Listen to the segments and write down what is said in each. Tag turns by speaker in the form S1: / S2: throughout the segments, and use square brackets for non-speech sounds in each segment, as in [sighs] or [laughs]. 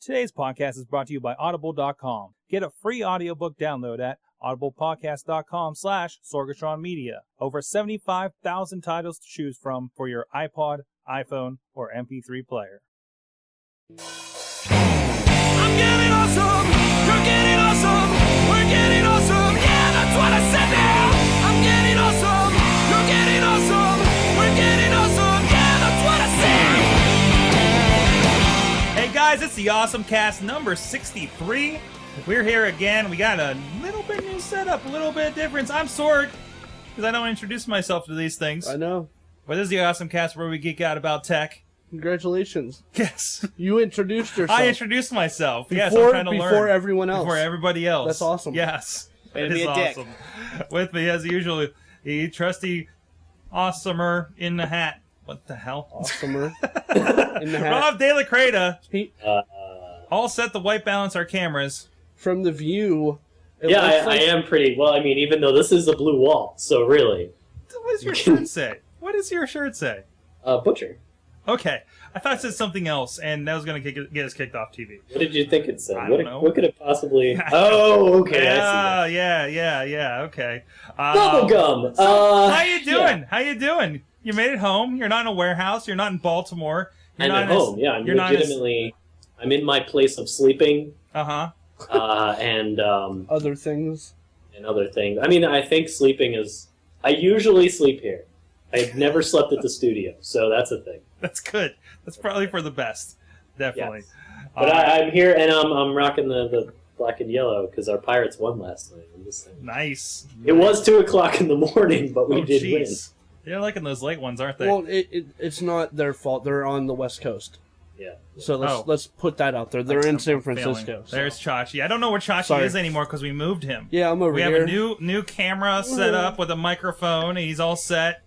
S1: Today's podcast is brought to you by Audible.com. Get a free audiobook download at audiblepodcast.com slash Sorgatron Media. Over 75,000 titles to choose from for your iPod, iPhone, or MP3 player.
S2: I'm getting awesome. You're getting awesome. We're getting awesome. Yeah, that's what I said now. I'm getting awesome. You're getting awesome. We're getting awesome. Yeah, that's what I said.
S1: Hey guys, it's the Awesome Cast number 63. We're here again. We got a little bit new setup, a little bit of difference. I'm Sorg, because I don't introduce myself to these things.
S3: I know.
S1: But this is the Awesome Cast where we geek out about tech. [laughs]
S3: Congratulations.
S1: Yes.
S3: You introduced yourself.
S1: I introduced myself. yes, I'm
S3: Before-
S1: trying to
S3: before
S1: learn.
S3: everyone else.
S1: Before everybody else.
S3: That's awesome.
S1: Yes.
S4: Way to
S1: It
S4: be
S1: is
S4: a dick.
S1: awesome. With me, as usual, the trusty awesomer in the hat. What the hell? [laughs]
S3: Awesomer. In the hat.
S1: Rob De La Creta.
S3: He-
S1: All set to white balance our cameras.
S3: from the view. it
S4: Yeah, I,
S3: looks like-
S4: I am pretty. Well, I mean, even though this is a blue wall, so really,
S1: What does your
S3: [laughs]
S1: shirt say? What does your shirt say?
S4: uh, butcher.
S1: Okay, I thought it said something else, and that was going to get us kicked off TV.
S4: What did you think it said?
S1: I
S4: what,
S1: don't know.
S4: what could
S1: [laughs]
S4: it possibly? Oh, okay.
S1: yeah,
S4: I see
S1: yeah, yeah, yeah. Okay.
S4: that. Bubblegum. uh,
S1: How you doing?
S4: yeah.
S1: How you doing? You made it home. You're not in a warehouse. You're not in Baltimore. You're
S4: I'm
S1: not
S4: at
S1: in a-
S4: home. Oh, Yeah, I'm
S1: you're not in a-
S4: legitimately. I'm in my place of sleeping
S1: Uh huh.
S4: uh, and um,
S3: Other things.
S4: and other things. I mean, I think sleeping is. I usually sleep here. I've never slept at the studio, so that's a thing.
S1: That's good. That's probably for the best. Definitely.
S4: Yes. But
S1: Uh,
S4: I, I'm here and I'm, I'm rocking the, the black and yellow because our Pirates won last night. I'm just saying.
S1: nice.
S4: It was two o'clock in the morning, but we
S1: oh,
S4: did
S1: jeez. They're liking those late ones, aren't they?
S3: Well, it, it, it's not their fault. They're on the West Coast.
S4: win. Yeah.
S3: So let's
S1: Oh.
S3: let's put that out there. They're
S1: I'm-
S3: in
S1: I'm
S3: San
S1: failing.
S3: Francisco. so-
S1: There's Chachi. I don't know where Chachi
S3: Sorry.
S1: is anymore because we moved him.
S3: Yeah, I'm over
S1: We have
S3: here.
S1: a new new camera set up with a microphone. And he's all set.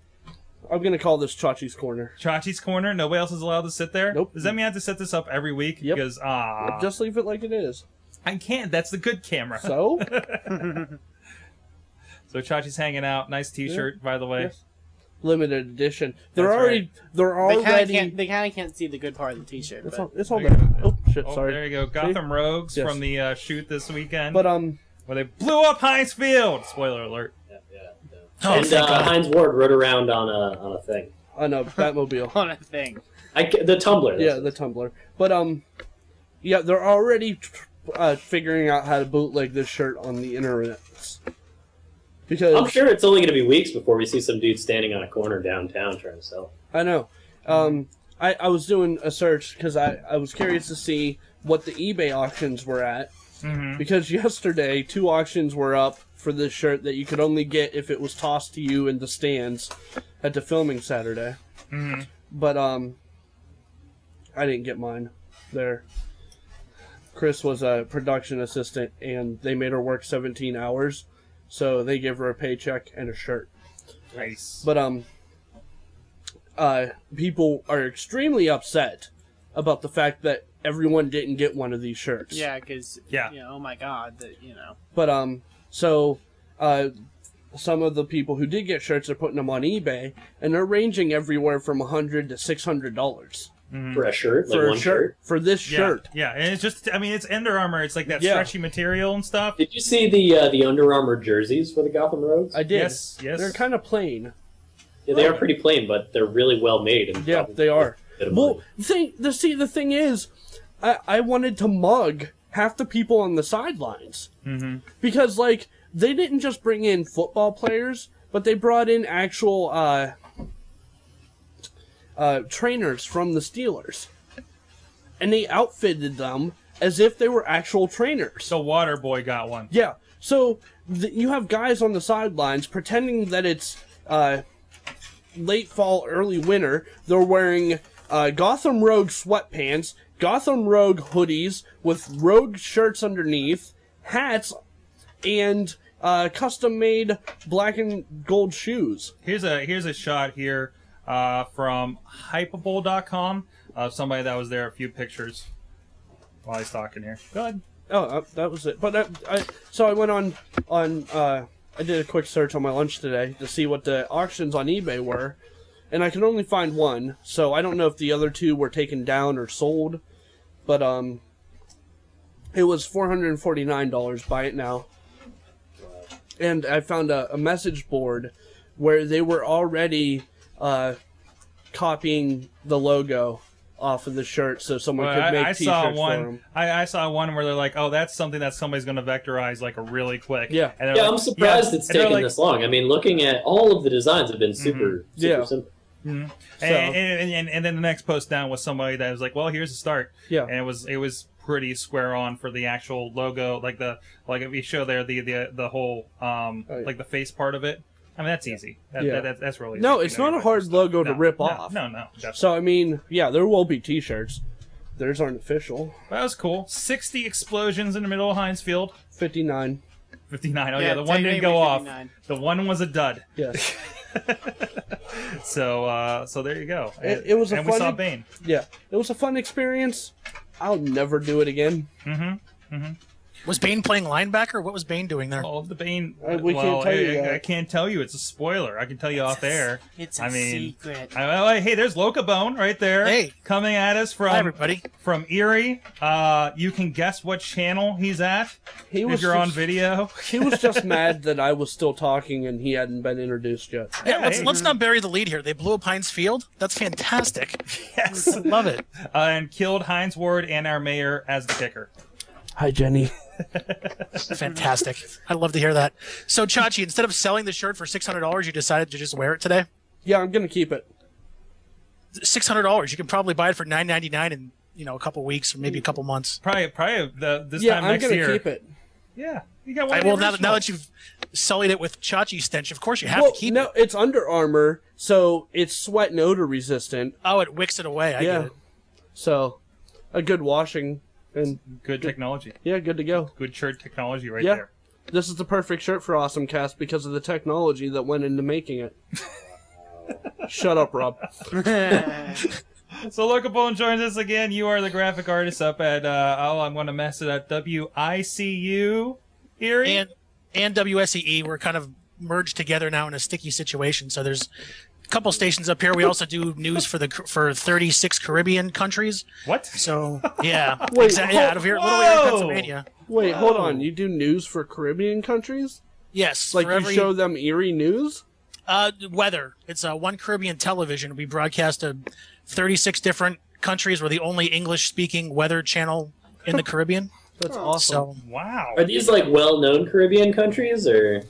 S3: I'm gonna call this Chachi's corner.
S1: Chachi's corner. Nobody else is allowed to sit there.
S3: Nope.
S1: Does that mean I have to set this up every week?
S3: Yep.
S1: Because ah,
S3: Just leave it like
S1: [laughs]
S3: it is.
S1: I can't. That's the good camera. So,
S3: So
S1: Chachi's hanging out. Nice T-shirt, by the way.
S3: Yes. limited edition. They're
S1: That's
S3: already they're
S5: They kind of
S3: already.
S5: can't. They kind of can't see the good part of the T-shirt.
S3: it's
S5: But
S3: all, it's all
S1: There you
S3: there.
S1: go.
S3: Oh shit!
S1: Oh,
S3: sorry.
S1: there you go. Gotham Rogues
S3: Yes.
S1: from the uh, shoot this weekend,
S3: But um,
S1: where they blew up Heinz Field. Spoiler alert.
S4: yeah, yeah, yeah.
S1: Oh,
S4: and
S1: thank
S4: uh,
S1: God.
S4: Heinz Ward rode around on a on a thing.
S3: on a
S2: [laughs]
S3: Batmobile.
S5: on a thing.
S4: I ca- the tumbler.
S3: yeah, the Tumblr. But um, yeah, they're already uh, figuring out how to bootleg this shirt on the internet because
S4: I'm sure it's only going to be weeks before we see some dude standing on a corner downtown trying to sell.
S3: I know. Um, I I was doing a search because I I was curious to see what the eBay auctions were at
S1: Mhm.
S3: because [laughs] yesterday two auctions were up for this shirt that you could only get if it was tossed to you in the stands at the filming Saturday.
S1: Mhm.
S3: But um, I didn't get mine there. Chris was a production assistant, and they made her work 17 hours, so they gave her a paycheck and a shirt.
S1: Nice.
S3: But um, uh, people are extremely upset about the fact that everyone didn't get one of these shirts.
S5: Yeah, because
S1: Yeah.
S5: you know, oh my god, that you know,
S3: But um, so uh, some of the people who did get shirts are putting them on eBay, and they're ranging everywhere from 100 to 600 dollars
S1: Mm.
S4: For a shirt, like
S3: for
S4: one
S3: a shirt for this
S1: Yeah,
S3: shirt.
S1: Yeah, and it's just. I mean, it's Under Armour. It's like that
S3: Yeah.
S1: stretchy material and stuff.
S4: Did you see the uh, the Under Armour jerseys for the Gotham Rogues?
S3: I did.
S1: Yes, yes.
S3: They're kind of plain.
S4: yeah, they are pretty plain, but they're really well made. And
S3: Yeah,
S4: probably
S3: they are.
S4: a bit of
S3: Well,
S4: money.
S3: see, the see the thing is, I I wanted to mug half the people on the sidelines
S4: Mm-hmm.
S3: because like they didn't just bring in football players, but they brought in actual uh, uh, trainers from the Steelers, and they outfitted them as if they were actual trainers.
S1: So Waterboy got one.
S3: Yeah. So th- you have guys on the sidelines pretending that it's uh, late fall, early winter. They're wearing uh, Gotham Rogue sweatpants, Gotham Rogue hoodies with Rogue shirts underneath, hats, and uh, custom made black and gold shoes.
S1: Here's a here's a shot here uh, from hypable.com of somebody that was there. A few pictures while he's talking here. Go ahead.
S3: Oh, uh, that was it. But that, I, so I went on on. Uh, I did a quick search on my lunch today to see what the auctions on eBay were, and I could only find one. So I don't know if the other two were taken down or sold, but um, It was four hundred and forty nine dollars. Buy it now. And I found a, a message board where they were already uh, copying the logo off of the shirt, so someone
S1: Well,
S3: could make
S1: I, I
S3: t-shirts
S1: saw
S3: for them.
S1: one. I, I saw one where they're like, "Oh, that's something that somebody's going to vectorize like really quick."
S3: Yeah.
S1: and they're
S4: Yeah,
S1: like-
S4: I'm surprised
S1: yeah.
S4: it's
S1: And they're
S4: taken
S1: like-
S4: this long. I mean, looking at all of the designs have been
S1: Mm-hmm.
S4: super, super
S3: Yeah.
S4: simple.
S1: And, and, and, and then the next post down was somebody that was like, "Well, here's the start."
S3: Yeah.
S1: and it was it was pretty square on for the actual logo, like the like if you show there the the the whole um
S3: Oh, yeah.
S1: like the face part of it. I mean, that's easy. That,
S3: Yeah.
S1: that, that- that's really
S3: No,
S1: easy.
S3: it's
S1: You know,
S3: not a
S1: you-
S3: hard logo to
S1: no,
S3: rip
S1: no,
S3: off.
S1: No, no, definitely.
S3: So I mean, yeah, there will be T-shirts. Theirs aren't official.
S1: that was cool. Sixty explosions in the middle of Heinz Field.
S3: Fifty nine.
S1: Fifty nine. Oh yeah,
S2: Yeah,
S1: the one
S2: take
S1: didn't
S2: me
S1: go
S2: with
S1: off.
S2: 59.
S1: The one was a dud.
S3: Yeah,
S1: [laughs] So uh so there you go.
S3: It- it was a
S1: and we
S3: fun-
S1: saw Bane.
S3: yeah. It was a fun experience. I'll never do it again.
S6: Was Bane playing linebacker? What was Bane doing there?
S1: Well, the Bane.
S3: Uh, we
S1: well,
S3: can't tell
S1: I-
S3: you
S1: I,
S3: yet.
S1: I can't tell you. It's a spoiler. I can tell you off air.
S2: It's a
S1: I mean,
S2: secret.
S1: I, I- I- hey, there's Loca Bone right there.
S6: Hey.
S1: coming at us from
S6: Hi, everybody.
S1: from Erie. Uh, you can guess what channel he's at
S3: He
S1: if
S3: was
S1: you're on
S3: just-
S1: video.
S3: he was
S1: [laughs]
S3: just mad that I was still talking and he hadn't been introduced yet.
S6: Yeah, let's,
S1: hey.
S6: let's not bury the lead here. They blew up Heinz Field. That's fantastic.
S1: Yes, uh,
S6: Love it.
S1: and killed Heinz Ward and our mayor as the kicker.
S3: Hi, Jenny.
S6: Fantastic. I'd love to hear that. So, Chachi, instead of selling the shirt for $600, you decided to just wear it today?
S3: Yeah, I'm gonna keep it.
S6: $600. You can probably buy it for $9.99 in you know a couple weeks or maybe a couple months.
S1: Probably, probably the, this
S3: Yeah,
S1: time
S3: I'm
S1: next
S3: gonna
S1: year.
S3: keep it.
S1: Yeah, you got
S6: I-
S1: one.
S6: well, now that, now that you've sullied it with Chachi stench, of course you have
S3: Well,
S6: to keep
S3: no,
S6: it.
S3: it's Under Armour, so it's sweat and odor resistant.
S6: Oh, it wicks it away. I
S3: yeah,
S6: get it.
S3: so a good washing and
S1: good technology,
S3: yeah, good to go.
S1: good shirt technology right
S3: Yeah.
S1: there.
S3: This is the perfect shirt for Awesome Cast because of the technology that went into making it. Shut up, Rob.
S1: So Local Bone joins us again. You are the graphic artist up at uh, oh, I'm going to mess it up. W I C U Erie.
S6: And, and WSEE, E, we're kind of merged together now in a sticky situation. So there's a couple stations up here. We also do news for the for 36 Caribbean countries.
S1: what?
S3: [laughs]
S6: So yeah,
S3: Wait,
S6: exactly.
S3: hold-
S6: out of here, Little Erie,
S1: whoa!
S6: Pennsylvania.
S3: Wait, hold on. You do news for Caribbean countries?
S6: Yes,
S3: Like
S6: for every,
S3: you show them eerie news?
S6: uh, weather. It's uh, one Caribbean television. We broadcast to 36 different countries. We're the only English-speaking weather channel in
S3: [laughs]
S6: the Caribbean.
S3: That's awesome.
S6: So
S1: Wow.
S4: Are these like well-known Caribbean countries, or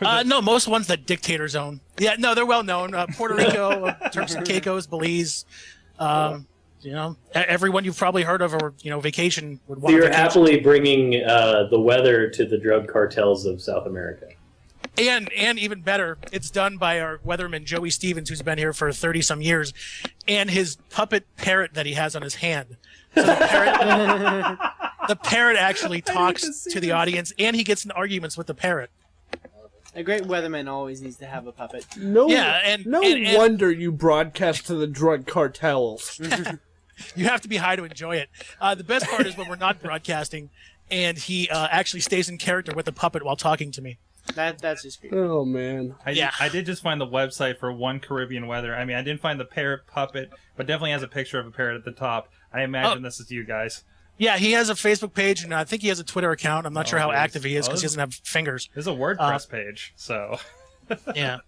S6: uh, no, most ones that dictators own. Yeah, no, they're well known. Uh, Puerto [laughs] Rico, uh, Turks and Caicos, Belize. Um, you know, e- everyone you've probably heard of, or you know, vacation would
S4: so
S6: want.
S4: you're
S6: vacation.
S4: happily bringing uh, the weather to the drug cartels of South America?
S6: and and even better, it's done by our weatherman Joey Stevens, who's been here for thirty some years, and his puppet parrot that he has on his hand. So the parrot, [laughs] the parrot actually talks to the audience, and he gets in arguments with the parrot.
S2: a great weatherman always needs to have a puppet.
S3: No,
S6: Yeah, and-
S3: no
S6: and- and-
S3: wonder you broadcast to the drug cartels.
S1: Mm.
S6: You have to be high to enjoy it. Uh, the best part is when we're not broadcasting, and he uh, actually stays in character with the puppet while talking to me.
S2: That that's just great.
S3: oh man,
S1: I,
S6: Yeah.
S1: I did just find the website for one Caribbean weather. I mean, I didn't find the parrot puppet, but definitely has a picture of a parrot at the top. I imagine
S6: Oh.
S1: this is you guys.
S6: Yeah, he has a Facebook page, and I think he has a Twitter account. I'm not sure how
S1: geez.
S6: active he is because he
S1: Oh.
S6: doesn't have fingers.
S1: This is a
S2: Uh.
S1: WordPress page, so [laughs]
S6: Yeah.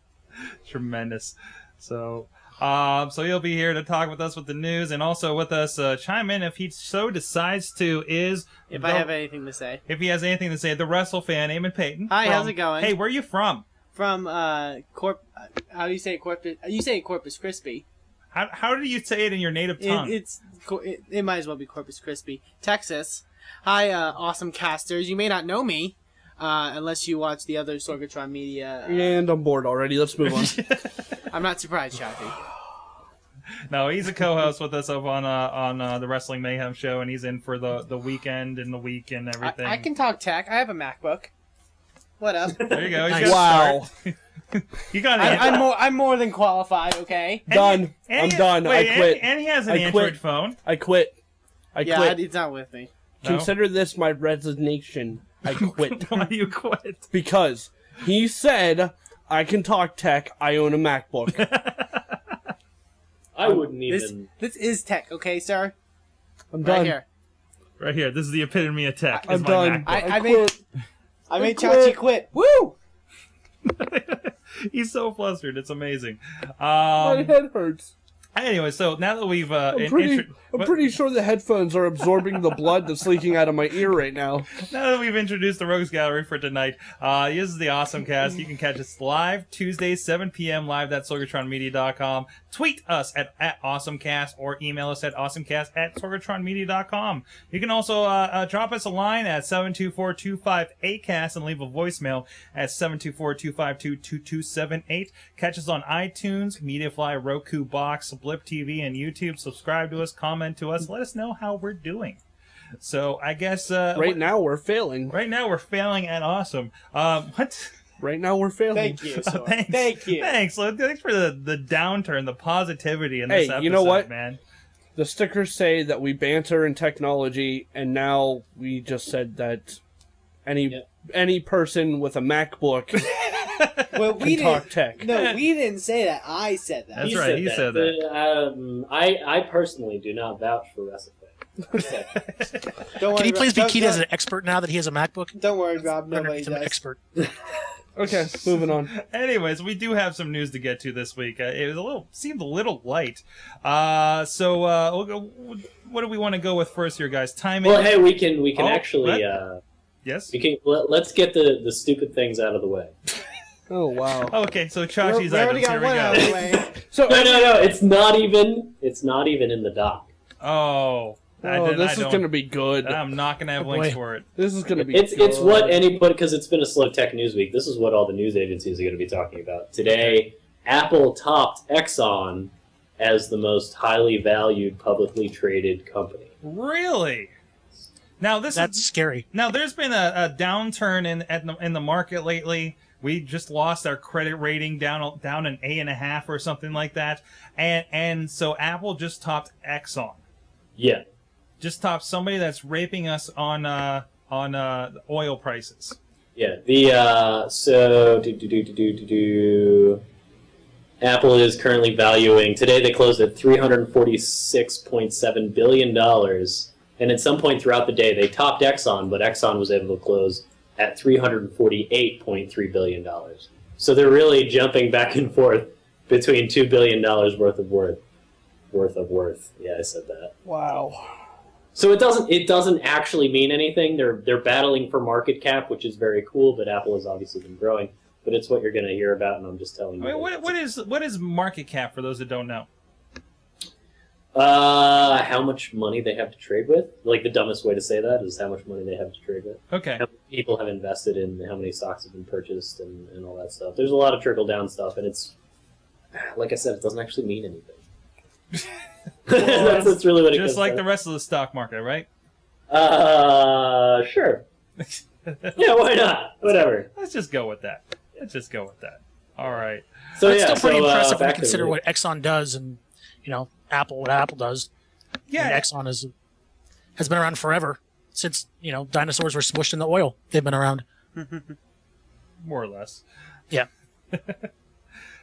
S1: tremendous. So, um, so you'll be here to talk with us with the news, and also with us uh, chime in if he so decides to. Is
S2: If I
S1: the-
S2: have anything to say
S1: if he has anything to say, the wrestle fan Eamon Payton.
S2: Hi, how's it going?
S1: Hey, where are you from?
S2: from uh Corp, uh, how do you say it, Corpus? You say it Corpus Crispy.
S1: How, how do you say it in your native
S2: It,
S1: tongue?
S2: it's cor- it, it might as well be Corpus Crispy, Texas. Hi, uh, awesome casters. You may not know me, uh, unless you watch the other Sorgatron Media. uh,
S3: and I'm bored already. Let's move on.
S2: I'm not surprised, Shafi.
S1: No, he's a co-host with us up on uh, on uh, the Wrestling Mayhem show, and he's in for the, the weekend and the week and
S2: I,
S1: everything.
S2: I can talk tech. I have a MacBook. What up?
S1: There you [laughs] go. He's
S6: Nice.
S1: got-
S3: wow,
S1: You got an.
S2: I, I'm more. I'm more than qualified. Okay.
S1: and
S3: done.
S1: he- and
S3: I'm
S1: he-
S3: done.
S1: wait,
S3: I
S1: and-
S3: quit.
S1: And, he has an
S3: I
S1: Android
S3: quit.
S1: phone.
S3: I quit. I
S2: Yeah,
S3: quit.
S2: I- it's not with me.
S1: No. [laughs]
S3: Consider this my resignation. I quit
S1: Why do you quit?
S3: because he said I can talk tech. I own a MacBook.
S4: I wouldn't
S2: This
S4: even.
S1: Um,
S2: this is tech. Okay, sir.
S3: I'm
S2: Right
S3: done.
S2: here.
S1: Right here. This is the epitome of tech.
S3: I'm
S1: is my
S3: done.
S1: MacBook.
S2: I- I
S3: quit.
S2: I made
S3: quit.
S2: Chachi quit. Woo!
S1: He's so flustered. It's amazing.
S3: My [laughs]
S1: Um,
S3: head hurts.
S1: anyway, so now that we've uh,
S3: I'm
S1: in-
S3: pretty.
S1: intro-
S3: I'm
S1: but-
S3: pretty sure the headphones are absorbing the blood that's leaking out of my ear right now.
S1: now that we've introduced the Rogues Gallery for tonight, uh, this is the Awesome Cast. You can catch us live Tuesday, 7 p.m. live at sorgatronmedia.com. Tweet us at, at AwesomeCast or email us at awesomecast at sorgatronmedia.com. You can also uh, uh, drop us a line at 724-25-ACAST and leave a voicemail at 724-252-2278. Catch us on iTunes, MediaFly, Roku, Box, Blip TV, and YouTube. Subscribe to us, comment to us, let us know how we're doing. So I guess uh,
S3: Right now we're failing.
S1: Right now, we're failing at awesome. Um, [laughs] what?
S3: Right now we're failing.
S2: Thank you. Sora.
S1: Thanks.
S2: Thank you.
S1: Thanks. Well, Thanks for the, the downturn, the positivity in this
S3: Hey,
S1: episode,
S3: you know what?
S1: man. [laughs]
S3: The stickers say that we banter in technology, and now we just said that any
S4: Yeah.
S3: any person with a MacBook
S2: Well, we
S3: can talk
S2: didn't.
S3: tech.
S2: No, we didn't say that. I said that.
S1: That's right, he said that.
S4: The, um, I, I personally do not vouch for Recipe.
S2: Don't worry.
S6: Can he please be
S2: Rob.
S6: keyed
S2: don't,
S6: as an expert now that he has a MacBook?
S2: don't, don't worry, Rob.
S6: Turn him
S2: Nobody
S6: into an
S2: does.
S6: expert.
S3: Okay,
S1: [laughs]
S3: moving on.
S1: Anyways, we do have some news to get to this week. Uh, it was a little seemed a little light. Uh, so uh, we'll go, what do we want to go with first here, guys? Timing.
S4: Well, hey, we can we can
S1: Oh, what?
S4: actually uh,
S1: yes.
S4: we can let, let's get the, the stupid things out of the way.
S3: Oh wow.
S1: Okay, so
S2: We're-
S1: Chachi's
S2: we already
S1: items.
S2: got
S1: Here
S2: one out
S1: we
S2: of
S1: go.
S2: the way. [laughs]
S1: Oh.
S3: So
S4: No, no, no. It's not even it's not even in the dock.
S1: Oh, I
S3: oh,
S1: did- I
S3: this is
S1: don't-
S3: gonna be good.
S1: I'm not gonna have
S6: Oh,
S1: links
S6: boy.
S1: for it.
S3: This is gonna be.
S4: It's
S3: good.
S4: it's what any put because it's been a slow tech news week. This is what all the news agencies are going to be talking about today. Apple topped Exxon as the most highly valued publicly traded company.
S1: Really? Now this is
S6: That's scary.
S1: Now there's been a, a downturn in at the, in the market lately. We just lost our credit rating down down an A and a half or something like that, and and so Apple just topped Exxon,
S4: Yeah,
S1: just topped somebody that's raping us on uh, on uh, oil prices.
S4: yeah. The uh, so do do do do do do do. Apple is currently valuing today. They closed at three hundred forty six point seven billion dollars, and at some point throughout the day, they topped Exxon, but Exxon was able to close at three hundred forty eight point three billion dollars. So they're really jumping back and forth between two billion dollars worth of worth, worth of worth. Yeah, I said that.
S3: Wow.
S4: So it doesn't it doesn't actually mean anything. They're they're battling for market cap, which is very cool. But Apple has obviously been growing. But it's what you're going to hear about, and I'm just telling
S1: I
S4: you.
S1: mean, what what is what is market cap for those that don't know?
S4: uh, how much money they have to trade with? Like the dumbest way to say that is how much money they have to trade with.
S1: Okay,
S4: How many people have invested in how many stocks have been purchased and, and all that stuff. There's a lot of trickle down stuff, and it's like I said, it doesn't actually mean anything.
S1: [laughs]
S4: [laughs] that's, that's really what it
S1: just
S4: comes
S1: like
S4: down
S1: the rest of the stock market, right?
S4: Uh,
S1: [laughs]
S4: sure. yeah, why not? Whatever.
S1: Let's just go with that. Let's just go with that. All right.
S4: So
S6: That's
S4: yeah,
S6: still pretty
S4: so, uh,
S6: impressive when
S4: back
S6: you
S4: to
S6: consider
S4: the-
S6: what Exxon does and you know Apple what Apple does.
S1: Yeah,
S6: And Exxon is has been around forever since you know dinosaurs were smushed in the oil. They've been around.
S1: more or less. [laughs]
S6: Yeah.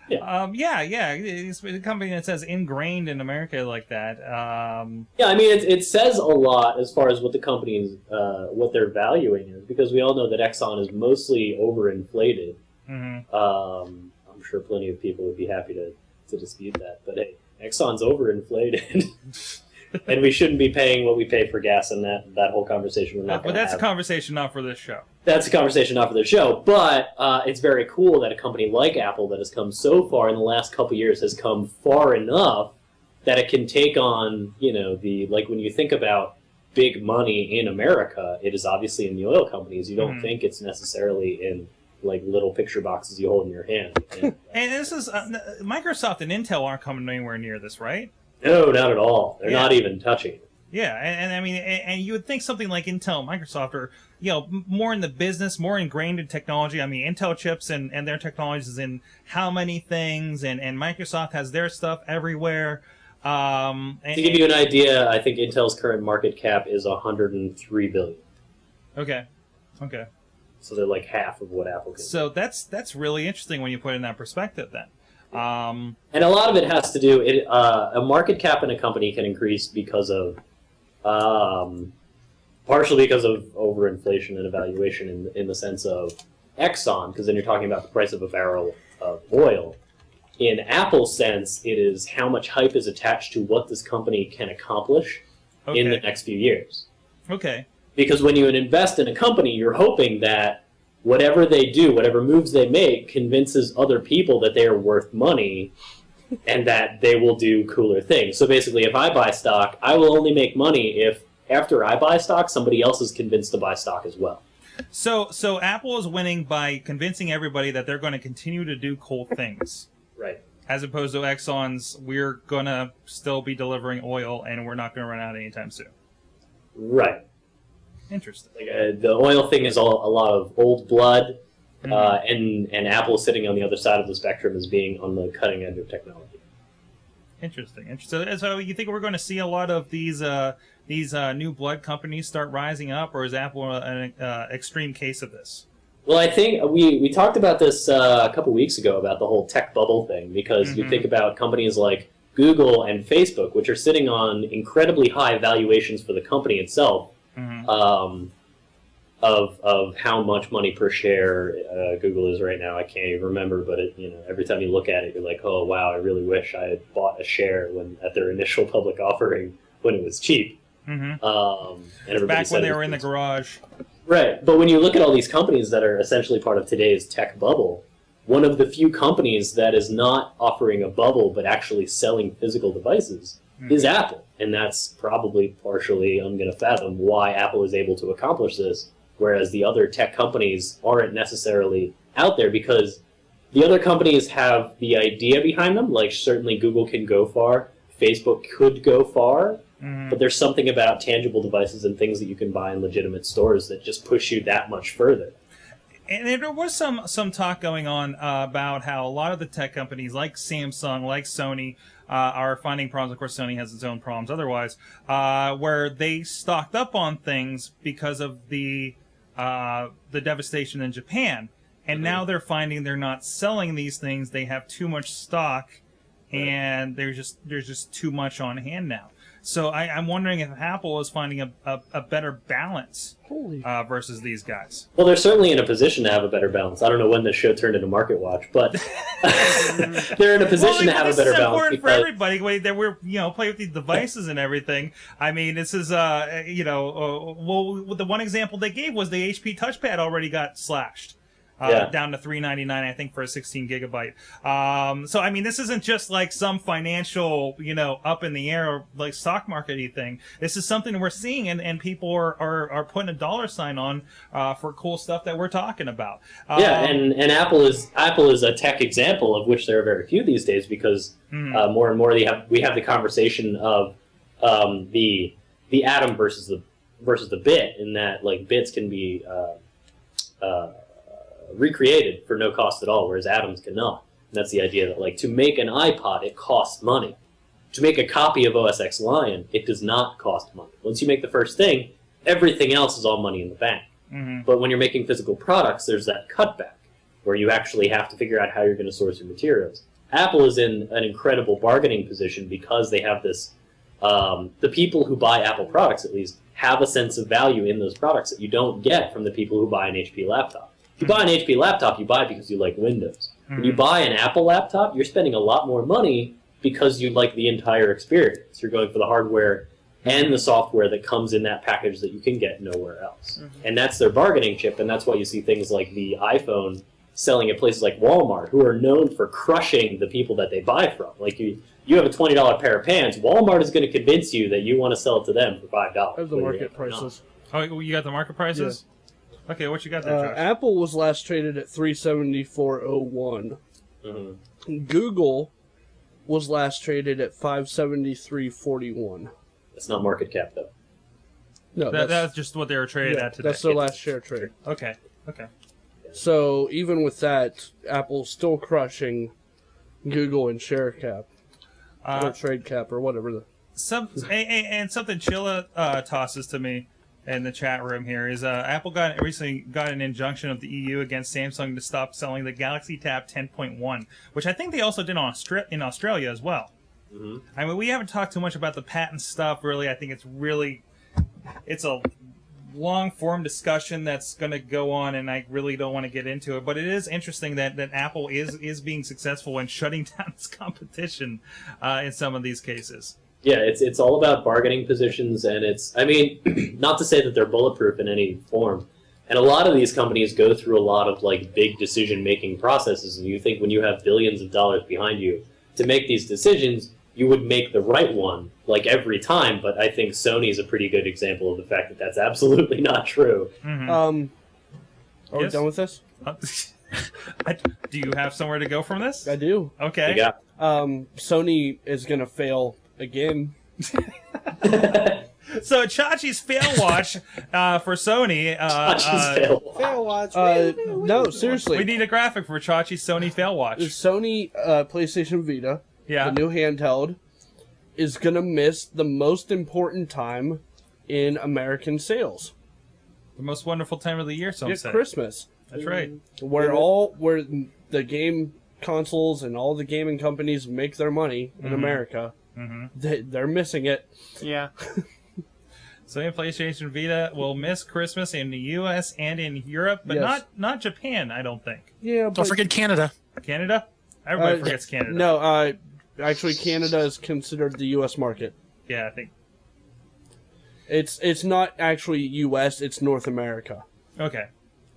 S4: Yeah.
S1: Um, yeah, yeah. It's a company that says ingrained in America like that. Um,
S4: Yeah, I mean, it, it says a lot as far as what the company is, uh, what they're valuing is, because we all know that Exxon is mostly overinflated.
S1: mhm.
S4: Um, I'm sure plenty of people would be happy to, to dispute that, but hey, Exxon's overinflated, [laughs] and we shouldn't be paying what we pay for gas. And that that whole conversation we're
S1: Uh,
S4: not.
S1: but
S4: gonna
S1: that's a
S4: have.
S1: conversation not for this show.
S4: that's a conversation not for the show. But uh, it's very cool that a company like Apple that has come so far in the last couple years has come far enough that it can take on you know the like when you think about big money in America, it is obviously in the oil companies. You don't
S1: Mhm.
S4: think it's necessarily in like little picture boxes you hold in your hand. [laughs] And,
S1: And this is uh, n- Microsoft and Intel aren't coming anywhere near this, right?
S4: no, not at all. They're
S1: Yeah.
S4: not even touching. it.
S1: Yeah, and, and I mean, and, and you would think something like Intel, and Microsoft are you know m- more in the business, more ingrained in technology. I mean, Intel chips and and their technologies is in how many things, and and Microsoft has their stuff everywhere. Um, and,
S4: To give you an idea, I think Intel's current market cap is 103 billion.
S1: okay, okay.
S4: So they're like half of what Apple can.
S1: So that's that's really interesting when you put it in that perspective. Then, um,
S4: And a lot of it has to do it. Uh, a market cap in a company can increase because of um, partially because of overinflation and evaluation in, in the sense of Exxon, because then you're talking about the price of a barrel of oil. In Apple's sense, it is how much hype is attached to what this company can accomplish in the
S1: Okay.
S4: next few years.
S1: Okay.
S4: Because when you invest in a company, you're hoping that whatever they do, whatever moves they make, convinces other people that they are worth money and that they will do cooler things. So basically, if I buy stock, I will only make money if after I buy stock, somebody else is convinced to buy stock as well.
S1: So so Apple is winning by convincing everybody that they're going to continue to do cool things,
S4: Right.
S1: as opposed to Exxon's we're gonna still be delivering oil and we're not gonna run out anytime soon.
S4: Right.
S1: Interesting.
S4: Like, uh, the oil thing is all a lot of old blood,
S1: Mm-hmm.
S4: uh, and and Apple sitting on the other side of the spectrum as being on the cutting edge of technology.
S1: Interesting. Interesting. So, so you think we're going to see a lot of these uh, these uh, new blood companies start rising up, or is Apple a- an uh, extreme case of this?
S4: Well, I think we, we talked about this uh, a couple weeks ago about the whole tech bubble thing because you
S1: Mhm.
S4: think about companies like Google and Facebook, which are sitting on incredibly high valuations for the company itself
S1: Mhm.
S4: um, of, of how much money per share uh, Google is right now. I can't even remember, but it, you know, every time you look at it, you're like, oh, wow, I really wish I had bought a share when at their initial public [laughs] offering when it was cheap.
S1: Mhm.
S4: Um, and everybody
S1: Back
S4: said
S1: when
S4: it
S1: they
S4: was
S1: were in the
S4: cheap.
S1: garage.
S4: Right, but when you look at all these companies that are essentially part of today's tech bubble, one of the few companies that is not offering a bubble but actually selling physical devices is Apple. And that's probably partially, I'm going to fathom, why Apple is able to accomplish this, whereas the other tech companies aren't necessarily out there because the other companies have the idea behind them. Like, certainly Google can go far, Facebook could go far,
S1: Mhm.
S4: but there's something about tangible devices and things that you can buy in legitimate stores that just push you that much further.
S1: And there was some some talk going on uh, about how a lot of the tech companies, like Samsung, like Sony, uh, are finding problems. Of course, Sony has its own problems. Otherwise, uh, where they stocked up on things because of the uh, the devastation in Japan, and now they're finding they're not selling these things. They have too much stock, and there's just there's just too much on hand now. So I, I'm wondering if Apple is finding a, a, a better balance
S3: Holy.
S1: uh, versus these guys.
S4: Well, they're certainly in a position to have a better balance. I don't know when this show turned into Market Watch,
S1: [laughs]
S4: but they're in a position to
S1: well,
S4: have a
S1: this
S4: better
S1: is
S4: balance.
S1: important for
S4: because-
S1: everybody. the way that we're you know play with these devices and everything. I mean, this is uh you know uh, well the one example they gave was the HP touchpad already got slashed. Uh,
S4: Yeah.
S1: Down to three ninety nine, I think, for a sixteen gigabyte. Um, so I mean, this isn't just like some financial, you know, up in the air like stock markety thing. This is something we're seeing, and, and people are, are are putting a dollar sign on uh, for cool stuff that we're talking about.
S4: Yeah,
S1: Um,
S4: and, and Apple is Apple is a tech example of which there are very few these days because
S1: hmm, Mm.
S4: uh, more and more they have, we have the conversation of um, the the atom versus the versus the bit in that like bits can be uh, uh, recreated for no cost at all, whereas atoms cannot. And that's the idea that like to make an iPod it costs money. To make a copy of OS X Lion, it does not cost money. Once you make the first thing, everything else is all money in the bank.
S1: hmm.
S4: But when you're making physical products, there's that cutback where you actually have to figure out how you're going to source your materials. Apple is in an incredible bargaining position because they have this. Um, the people who buy Apple products, at least, have a sense of value in those products that you don't get from the people who buy an HP laptop. If you buy an HP laptop, you buy it because you like Windows. When you buy an Apple laptop, you're spending a lot more money because you like the entire experience. You're going for the hardware and the software that comes in that package that you can get nowhere else. And that's their bargaining chip, and that's why you see things like the iPhone selling at places like Walmart, who are known for crushing the people that they buy from. Like you, you have a twenty dollar pair of pants. Walmart is going to convince you that you want to sell it to them for five dollars.
S3: I have the market prices.
S1: Oh, you got the market prices. Okay, what you got there,
S3: Uh,
S1: Josh?
S3: Apple was last traded at 374.01.
S4: Mm-hmm.
S3: Google was last traded at 573.41.
S4: It's not market cap though.
S3: No,
S1: That,
S3: that's,
S1: that's just what they were trading
S3: yeah,
S1: at today.
S3: that's their last share trade.
S1: Okay. Okay.
S3: So even with that, Apple's still crushing Google and share cap or
S1: Uh,
S3: trade cap or whatever. The,
S1: some a- a- and something Chilla uh, tosses to me in the chat room here is uh, Apple got recently got an injunction of the EU against Samsung to stop selling the Galaxy Tab 10.1, which I think they also did on Austra- in Australia as well. I mean, we haven't talked too much about the patent stuff, really. I think it's really it's a long form discussion that's going to go on, and I really don't want to get into it. But it is interesting that, that Apple is is being successful in shutting [laughs] down its competition uh, in some of these cases.
S4: Yeah, it's it's all about bargaining positions, and it's I mean, [clears throat] not to say that they're bulletproof in any form, and a lot of these companies go through a lot of like big decision making processes, and you think when you have billions of dollars behind you to make these decisions, you would make the right one like every time. But I think Sony is a pretty good example of the fact that that's [laughs] absolutely not true.
S1: Mhm.
S3: Um, are we
S1: Yes.
S3: done with this?
S1: Uh, [laughs] I- do you have somewhere to go from this?
S3: I do.
S1: Okay.
S4: You got
S3: Um, Sony is gonna fail again.
S1: So Chachi's fail watch uh, for Sony. Uh,
S4: Watch this
S1: uh,
S4: fail.
S2: Fail watch.
S3: Uh, no,
S1: we
S3: seriously.
S1: need a graphic for Chachi's Sony fail watch.
S3: Sony uh, PlayStation Vita,
S1: Yeah.
S3: the new handheld, is gonna miss the most important time in American sales.
S1: The most wonderful time of the year, some
S3: It's
S1: say.
S3: Christmas.
S1: That's right.
S3: where all where the game consoles and all the gaming companies make their money in America. They, they're missing it.
S2: Yeah.
S1: Sony PlayStation Vita will miss Christmas in the U.S. and in Europe, but
S3: Yes.
S1: not not Japan. I don't think.
S3: Yeah,
S6: Don't forget Canada.
S1: Canada. Everybody
S3: Uh,
S1: forgets Canada.
S3: No, uh, actually, Canada is considered the U.S. market.
S1: Yeah, I think.
S3: It's it's not actually U.S. It's North America.
S1: Okay.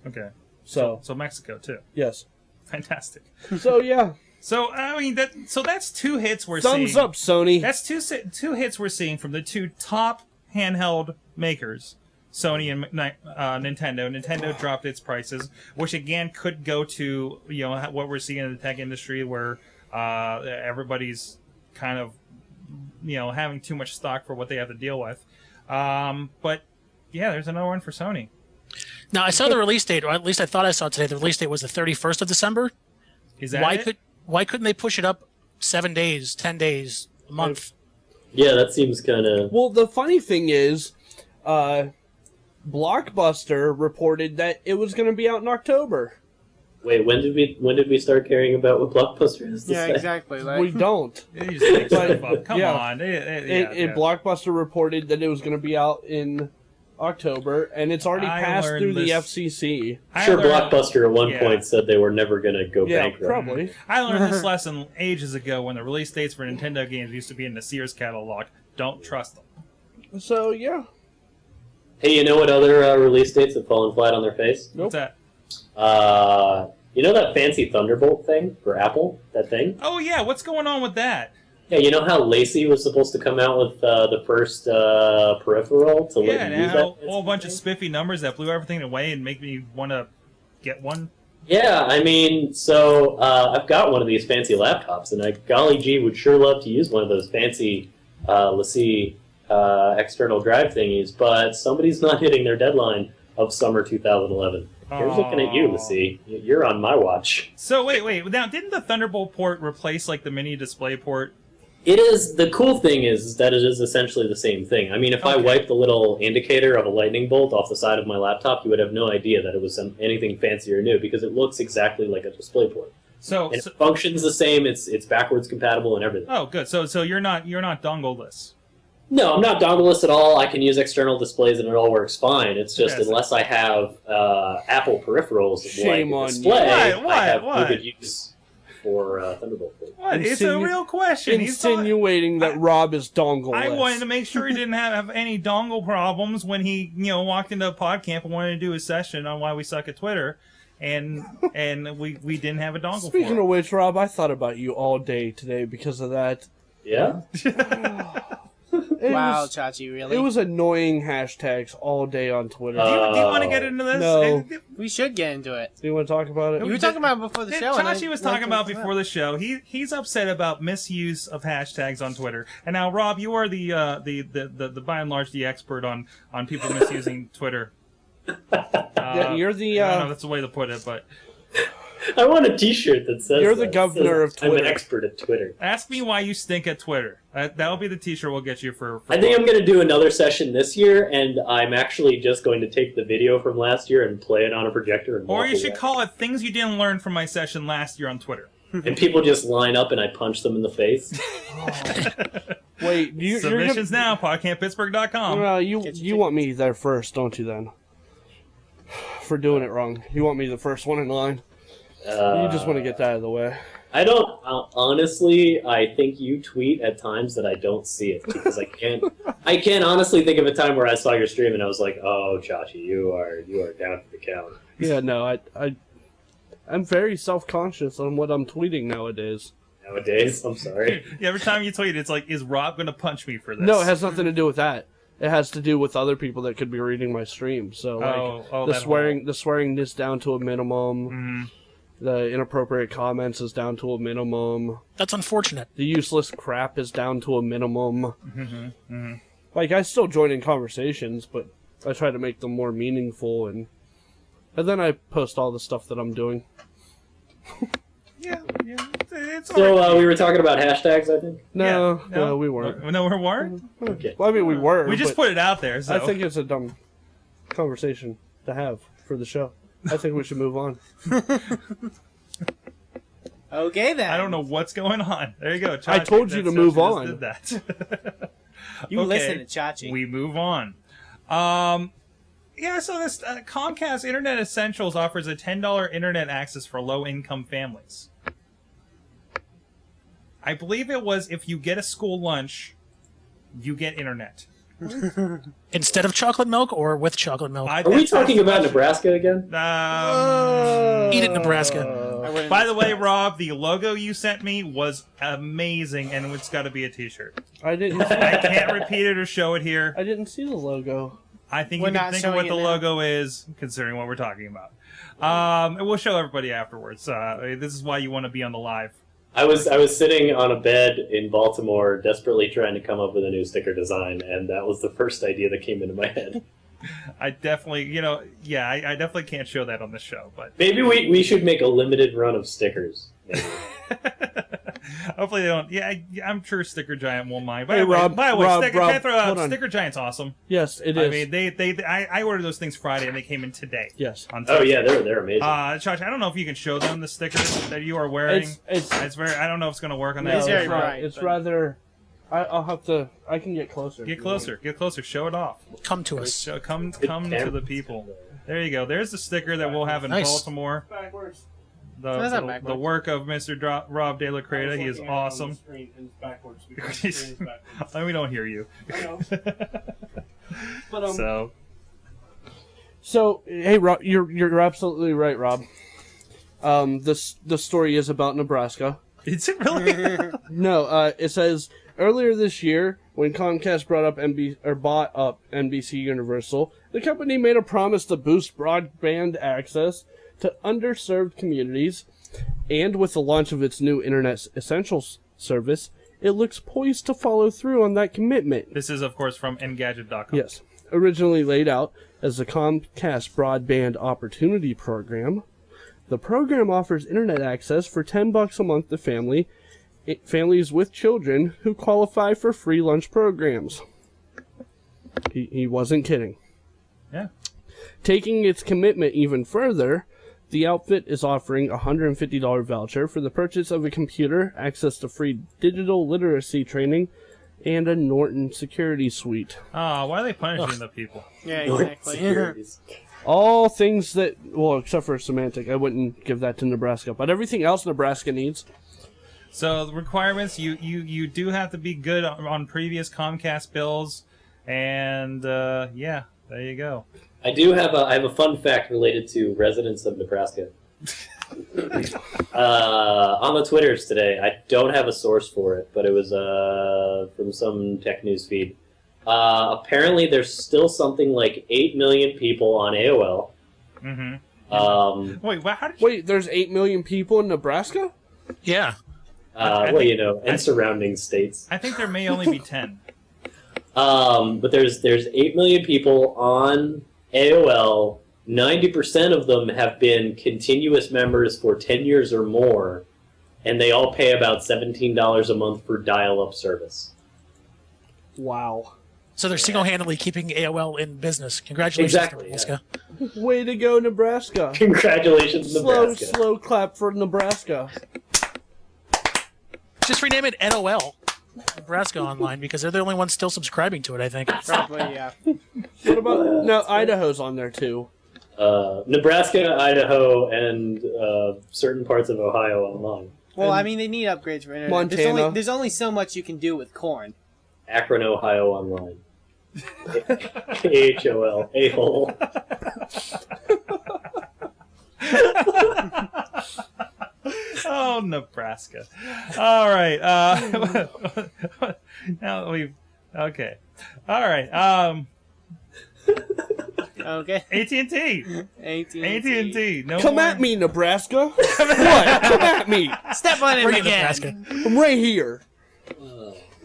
S1: Okay.
S3: So
S1: So Mexico too.
S3: yes.
S1: Fantastic.
S3: So yeah,
S1: So I mean that. So that's two hits we're seeing.
S3: thumbs up, Sony.
S1: That's two si- two hits we're seeing from the two top handheld makers, Sony and Ni- uh, Nintendo. Nintendo dropped its prices, which again could go to you know ha- what we're seeing in the tech industry, where uh, everybody's kind of you know having too much stock for what they have to deal with. Um, but yeah, there's another one for Sony.
S6: Now I saw the release date, or at least I thought I saw it today. The release date was the 31st of December.
S1: Is that
S6: why
S1: it?
S6: could why couldn't they push it up seven days, ten days, a month?
S4: Yeah, that seems kind of
S3: Well, the funny thing is, uh, Blockbuster reported that it was going to be out in October.
S4: wait. When did we when did we start caring about what Blockbuster is? [laughs]
S2: Yeah, exactly. Like,
S1: [laughs]
S3: We don't.
S1: They just make stuff
S3: But-
S1: up.
S6: [laughs]
S1: Come
S3: yeah.
S1: on, They- they- yeah,
S3: it, it
S1: yeah.
S3: blockbuster reported that it was going to be out in october and it's already
S1: I
S3: passed
S1: learned
S3: through the
S1: this-
S3: fcc
S1: I
S4: Sure,
S1: learned-
S4: Blockbuster at one
S1: Yeah.
S4: point said they were never going to go
S3: yeah
S4: bankrupt.
S3: probably
S1: I learned this lesson ages ago when the release dates for Nintendo games used to be in the Sears catalog. Don't trust them.
S3: so yeah
S4: Hey, you know what other uh, release dates have fallen flat on their face?
S1: What's
S3: Nope.
S1: that?
S4: Uh, you know that fancy Thunderbolt thing for Apple? That thing?
S1: Oh yeah, what's going on with that?
S4: Yeah, you know how Lacey was supposed to come out with uh, the first uh, peripheral to
S1: Yeah,
S4: let
S1: and
S4: you use
S1: a whole,
S4: that?
S1: whole bunch of spiffy numbers that blew everything away and make me want to get one.
S4: Yeah, I mean, so uh, I've got one of these fancy laptops, and I, golly gee, would sure love to use one of those fancy uh, Lacey uh, external drive thingies, but somebody's [laughs] not hitting their deadline of summer 2011. Here's looking at you,
S1: Aw.
S4: Lacey. Y- You're on my watch.
S1: So wait, wait. Now, didn't the Thunderbolt port replace like the mini display port?
S4: It is the cool thing is, is that it is essentially the same thing. I mean, if I
S1: Okay.
S4: wiped the little indicator of a lightning bolt off the side of my laptop, you would have no idea that it was some, anything fancy or new because it looks exactly like a display port.
S1: So,
S4: And
S1: so-
S4: it functions the same. It's it's backwards compatible and everything.
S1: oh, good. So, so you're not you're not dongleless.
S4: No, I'm not dongleless at all. I can use external displays and it all works fine. It's just
S1: Yes.
S4: unless I have uh, Apple peripherals
S3: Shame
S4: like
S3: on
S4: a display,
S1: you. What, what,
S4: I have
S1: what?
S4: no good use for uh, Thunderbolt.
S1: What? it's a
S3: Insinu-
S1: real question. He's talking-
S3: insinuating that
S1: I-
S3: rob is dongle
S1: I wanted to make sure he didn't have, have any dongle problems when he, you know, walked into a pod camp and wanted to do a session on why we suck at Twitter, and and we we didn't have a dongle.
S3: speaking
S1: for
S3: of
S1: him.
S3: which rob i thought about you all day today because of that
S4: Yeah.
S3: it,
S2: wow,
S3: was,
S2: Chachi, really?
S3: it was annoying hashtags all day on twitter
S1: do
S4: Uh,
S1: you, do you want to get into this?
S3: no.
S1: And-
S2: we should get into it.
S3: do you want to talk about
S2: You
S3: it
S2: were talking about it before the
S1: and
S2: show. and I
S1: Tashi was
S2: liked
S1: talking
S2: it
S1: about
S2: as well.
S1: before the show. He he's upset about misuse of hashtags on Twitter. And now, Rob, you are the uh, the, the, the the by and large the expert on on people misusing [laughs] Twitter.
S3: yeah, you're the
S1: I don't know if
S3: uh,
S1: that's the way to put it, but
S4: I want a T-shirt that says
S3: You're the
S4: that. It
S3: governor
S4: says,
S3: of
S4: I'm
S3: Twitter."
S4: an expert at Twitter.
S1: ask me why you stink at Twitter. That that'll be the T-shirt we'll get you for. for
S4: I think I'm going to do another session this year, and I'm actually just going to take the video from last year and play it on a projector. And
S1: Or
S4: walk
S1: you should
S4: away.
S1: call it things you didn't learn from my session last year on Twitter.
S4: And people just line up, and I punch them in the face.
S3: Wait, you, you're gonna-
S1: Submissions now, podcampittsburgh.com.
S3: Well, you you want me there first, don't you? Then [sighs] for doing it wrong, you want me the first one in line. [laughs] you
S4: Uh,
S3: just want to get that out of the way.
S4: I don't uh, honestly. I think you tweet at times that I don't see it because I can't. I can't honestly think of a time where I saw your stream and I was like, "Oh, Chachi, you are you are down for the count."
S3: Yeah, no, I I I'm very self conscious on what I'm tweeting nowadays.
S4: Nowadays, I'm sorry.
S1: Every time you tweet, it's like, is Rob going to punch me for this?
S3: No, it has nothing to do with that. It has to do with other people that could be reading my stream. So like
S1: Oh, oh,
S3: the
S1: that
S3: swearing the swearing is down to a minimum.
S1: Mhm.
S3: The inappropriate comments is down to a minimum.
S6: That's unfortunate.
S3: The useless crap is down to a minimum.
S1: Mm-hmm,
S3: Like I still join in conversations, but I try to make them more meaningful and and then I post all the stuff that I'm doing.
S1: Yeah, yeah. It's
S4: So
S1: alright.
S4: uh, we were talking about hashtags, I think.
S3: No,
S1: Yeah,
S3: no, we weren't.
S1: No, we're weren't.
S4: Okay.
S3: Well, I mean, we were.
S1: We just
S3: but
S1: put it out there. So.
S3: I think it's a dumb conversation to have for the show. I think we should move on.
S2: Okay then.
S1: I don't know what's going on. There you go.
S3: I
S1: Chachi,
S3: told you
S1: that's-
S3: to move
S1: Chachi just
S3: on.
S1: Did that. [laughs]
S2: You
S1: Okay.
S2: listen to Chachi.
S1: we move on. Um, yeah, so this uh, Comcast Internet Essentials offers a ten dollar internet access for low income families. I believe it was if you get a school lunch, you get internet.
S6: Instead of chocolate milk or with chocolate milk.
S1: I,
S4: Are we
S1: that's-
S4: talking about Nebraska again?
S1: Um,
S6: Eat it, Nebraska.
S2: I wouldn't-
S1: by the way, Rob, the logo you sent me was amazing, and it's got to be a T-shirt.
S3: I didn't.
S1: I can't repeat it or show it here.
S3: I didn't see the logo.
S1: I think
S2: We're
S1: you can
S2: not
S1: think of what
S2: showing it
S1: the
S2: now.
S1: logo is, considering what we're talking about. Um, and we'll show everybody afterwards. Uh, this is why you want to be on the live.
S4: I was I was sitting on a bed in Baltimore, desperately trying to come up with a new sticker design, and that was the first idea that came into my head.
S1: I definitely, you know, yeah, I, I definitely can't show that on the show, but [laughs]
S4: Maybe we, we should make a limited run of stickers. Maybe.
S1: hopefully they don't. Yeah, I, I'm sure Sticker Giant won't mind. By
S3: Hey,
S1: the way,
S3: Rob,
S1: by the way,
S3: Rob,
S1: Sticker,
S3: Rob,
S1: can I throw out
S3: hold on.
S1: Sticker Giant's awesome.
S3: Yes, it
S1: I
S3: is.
S1: mean, they, they, I, I ordered those things Friday and they came in today.
S3: yes,
S1: On
S4: Oh
S1: Tuesday.
S4: yeah, they're they're amazing. [laughs]
S1: Uh, Josh, I don't know if you can show them the stickers that you are wearing.
S3: it's
S1: It's,
S3: it's.
S1: very. I don't know if it's going to work on
S3: no,
S1: that.
S2: It's very
S3: not.
S2: bright,
S3: It's
S2: but-
S3: rather. I, I'll have to. I can get closer. if
S1: Get
S3: you
S1: closer. Get closer. Show it off.
S6: Come to us.
S1: Show, come come to the people. There you go. There's the sticker that we'll have in
S6: Nice.
S1: Baltimore.
S3: want. Backwards.
S1: The,
S2: That's not
S1: the,
S2: backwards.
S1: the work of Mr. Dro- Rob De La Creta. He is [laughs] awesome. [laughs] we don't hear you.
S3: But, um, so.
S1: So
S3: hey, Rob, you're you're absolutely right, Rob. Um, this the story is about Nebraska.
S1: is it really?
S3: No, uh, it says earlier this year when Comcast brought up NB or bought up NBC Universal, the company made a promise to boost broadband access to underserved communities, and with the launch of its new Internet Essentials service, it looks poised to follow through on that commitment.
S1: this is of course from Engadget.com.
S3: Yes. Originally laid out as the Comcast Broadband Opportunity Program, the program offers internet access for 10 bucks a month to family i- families with children who qualify for free lunch programs. He, he wasn't kidding.
S1: Yeah.
S3: Taking its commitment even further, the outfit is offering a $150 voucher for the purchase of a computer, access to free digital literacy training, and a Norton security suite.
S1: Ah, why are they punishing the people?
S2: yeah, exactly. [laughs]
S4: Securities.
S3: all things that well except for semantic i wouldn't give that to nebraska but everything else nebraska needs
S1: So the requirements you you you do have to be good on, on previous Comcast bills, and uh, yeah, there you go.
S4: I do have a I have a fun fact related to residents of Nebraska. uh, on the Twitters today, I don't have a source for it, but it was uh, from some tech news feed. Uh, apparently, there's still something like eight million people on AOL.
S1: hmm
S4: Um,
S1: Wait, wha- how did you?
S3: wait there's 8 million people in nebraska
S6: Yeah.
S4: uh,
S1: I
S4: well,
S1: think-
S4: you know,
S1: I-
S4: and surrounding states.
S1: I think there may only be ten.
S4: Um, but there's there's eight million people on AOL. Ninety percent of them have been continuous members for ten years or more, and they all pay about seventeen dollars a month for dial-up service. [laughs]
S3: wow
S6: So they're single-handedly keeping AOL in business. Congratulations,
S4: Exactly,
S6: Nebraska.
S3: way to go nebraska
S4: Congratulations,
S3: slow
S4: Nebraska.
S3: slow clap for nebraska
S6: Just rename it NOL. Nebraska online because they're the only ones still subscribing to it. I think.
S2: Probably, yeah.
S3: What about no? Idaho's on there too.
S4: Uh, Nebraska, Idaho, and uh, certain parts of Ohio online.
S2: Well, I mean, they need upgrades for internet. There's
S3: Montana.
S2: only, there's only so much you can do with corn.
S4: Akron, Ohio online. A H
S1: [laughs]
S4: O L. A hole.
S1: Oh, Nebraska. All right. Uh, [laughs] now we've okay. All right. Um,
S2: Okay. [laughs]
S1: AT and T.
S2: AT&T.
S1: AT and T. No
S3: Come
S1: more-
S3: at me, Nebraska. [laughs] what? Come at me.
S2: Step on it
S6: Bring it,
S2: again.
S6: Nebraska.
S3: I'm right here.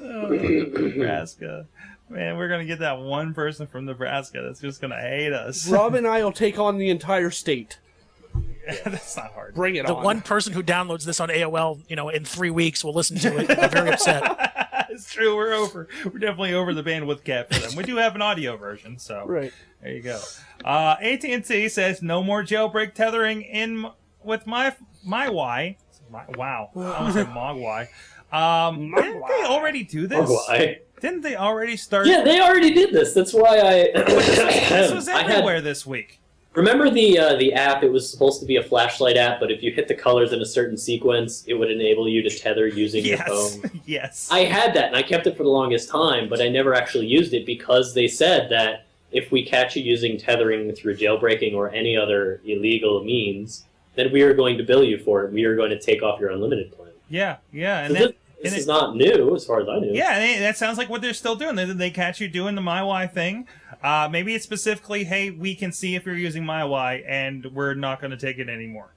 S1: Nebraska. Man, we're gonna get that one person from Nebraska that's just gonna hate us.
S3: Rob and I'll take on the entire state.
S1: [laughs] that's not hard.
S3: Bring it
S6: The
S3: on.
S6: one person who downloads this on AOL, you know, in three weeks will listen to it and be very upset.
S1: It's true. We're over. We're definitely over the bandwidth cap for them. We do have an audio version, so
S3: Right.
S1: there you go. Uh, AT and T says no more jailbreak tethering in m- with my my Y. My, wow, I almost said Mogwai. Um, didn't they already do this?
S4: Why?
S1: Didn't they already start?
S4: Yeah, they already did this. That's why I.
S1: [coughs] this was
S4: [coughs] I had-
S1: everywhere this week.
S4: remember the uh, the app? It was supposed to be a flashlight app, but if you hit the colors in a certain sequence, it would enable you to tether using your
S1: Yes,
S4: phone.
S1: [laughs] yes.
S4: I had that and I kept it for the longest time, but I never actually used it because they said that if we catch you using tethering through jailbreaking or any other illegal means, then we are going to bill you for it. We are going to take off your unlimited plan.
S1: yeah, yeah,
S4: So
S1: and
S4: this
S1: then.
S4: this
S1: and
S4: is not new, as far as I knew.
S1: Yeah, they, that sounds like what they're still doing. They, they catch you doing the MyY thing. Uh, maybe it's specifically, hey, we can see if you're using MyY, and we're not going to take it anymore.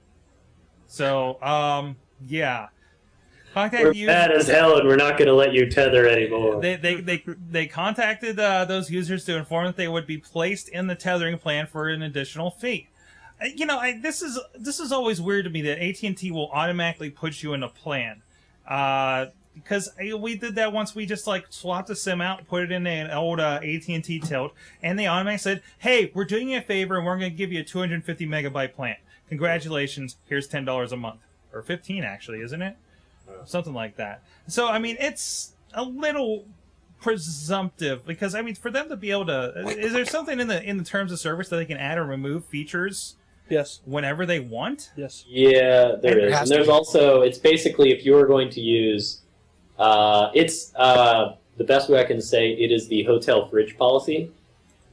S1: So, um, yeah,
S4: We're
S1: contact you.
S4: bad as hell, and we're not going to let you tether anymore.
S1: They, they, they, they contacted uh, those users to inform that they would be placed in the tethering plan for an additional fee. Uh, You know, I, this is this is always weird to me that AT and T will automatically put you in a plan, uh, because uh, we did that once. We just like swapped a sim out, put it in an old uh, AT and T tilt, and they automatically said, "Hey, we're doing you a favor, and we're going to give you a 250 megabyte plan. Congratulations, here's ten dollars a month, or 15 actually, isn't it? Something like that." So I mean, it's a little presumptive because I mean, for them to be able to, is there something in the in the terms of service that they can add or remove features
S3: Yes.
S1: whenever they want?
S3: Yes.
S4: Yeah, there
S6: There
S4: is.
S6: has
S4: And
S6: to
S4: there's
S6: be.
S4: also it's basically if you are going to use, uh, it's uh, the best way I can say it is the hotel fridge policy.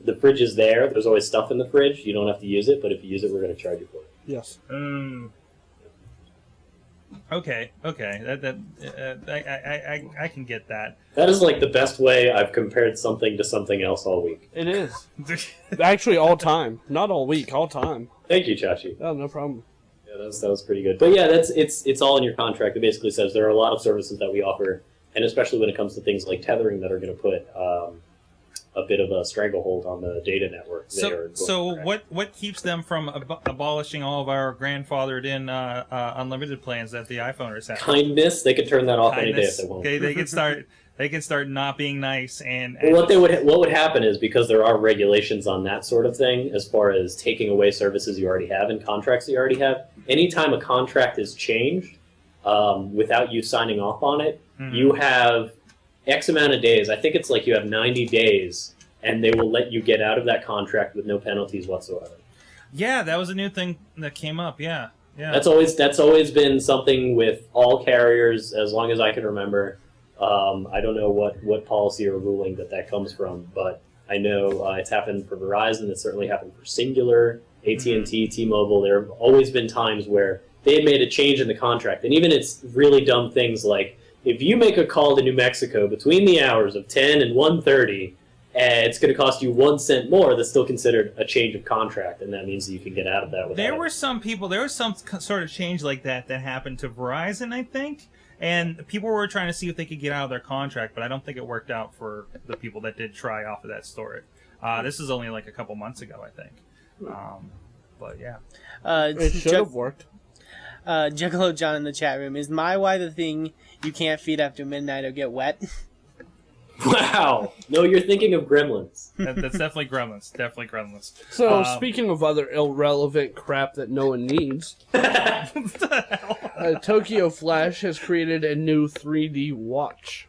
S4: The fridge is there. There's always stuff in the fridge. You don't have to use it, but if you use it, we're going to charge you for it.
S3: Yes.
S4: Hmm.
S1: Mm. Okay, okay, that that uh, I, I I I can get
S4: [laughs]
S1: that.
S4: That is like the best way I've compared something to something else all week.
S3: It is. Actually, all time. Not all week. All time.
S4: Thank you, Chachi.
S3: Oh, no problem.
S4: Yeah, that was, that was pretty good. But yeah, that's it's it's all in your contract. It basically says there are a lot of services that we offer, and especially when it comes to things like tethering that are going to put um, a bit of a stranglehold on the data network. They are
S1: So
S4: going
S1: so
S4: to-
S1: what what keeps them from ab- abolishing all of our grandfathered in uh, uh, unlimited plans that the iPhoners have?
S4: kindness? They could turn that off any day
S1: Kindness.
S4: if they want.
S1: Okay,
S4: [laughs]
S1: they can start they can start not being nice and,
S4: Well,
S1: and
S4: what they would what would happen is because there are regulations on that sort of thing as far as taking away services you already have and contracts that you already have. Anytime a contract is changed um, without you signing off on it,
S1: Mhm.
S4: you have X amount of days. I think it's like you have ninety days, and they will let you get out of that contract with no penalties whatsoever.
S1: Yeah, that was a new thing that came up. Yeah, yeah.
S4: That's always that's always been something with all carriers as long as I can remember. Um, I don't know what what policy or ruling that that comes from, but I know uh, it's happened for Verizon. It's certainly happened for Singular, AT and T, T-Mobile. There have always been times where they had made a change in the contract, and even it's really dumb things like if you make a call to New Mexico between the hours of ten and one thirty. Uh, it's going to cost you one cent more. That's still considered a change of contract, and that means that you can get out of that. Without
S1: there
S4: it.
S1: were some people. There was some c- sort of change like that that happened to Verizon, I think. And people were trying to see if they could get out of their contract, but I don't think it worked out for the people that did try off of that story. Uh, this is only like a couple months ago, I think. Um, but yeah,
S2: Uh,
S3: It should
S2: Jug-
S3: have worked.
S2: uh, Juggalo John in the chat room. Is my why the thing you can't feed after midnight or get wet?
S4: [laughs] Wow. No, you're thinking of Gremlins.
S1: [laughs] that, that's definitely Gremlins. Definitely [laughs] Gremlins.
S3: So,
S1: Um,
S3: speaking of other irrelevant crap that no one needs, uh, Tokyo Flash has created a new 3D watch.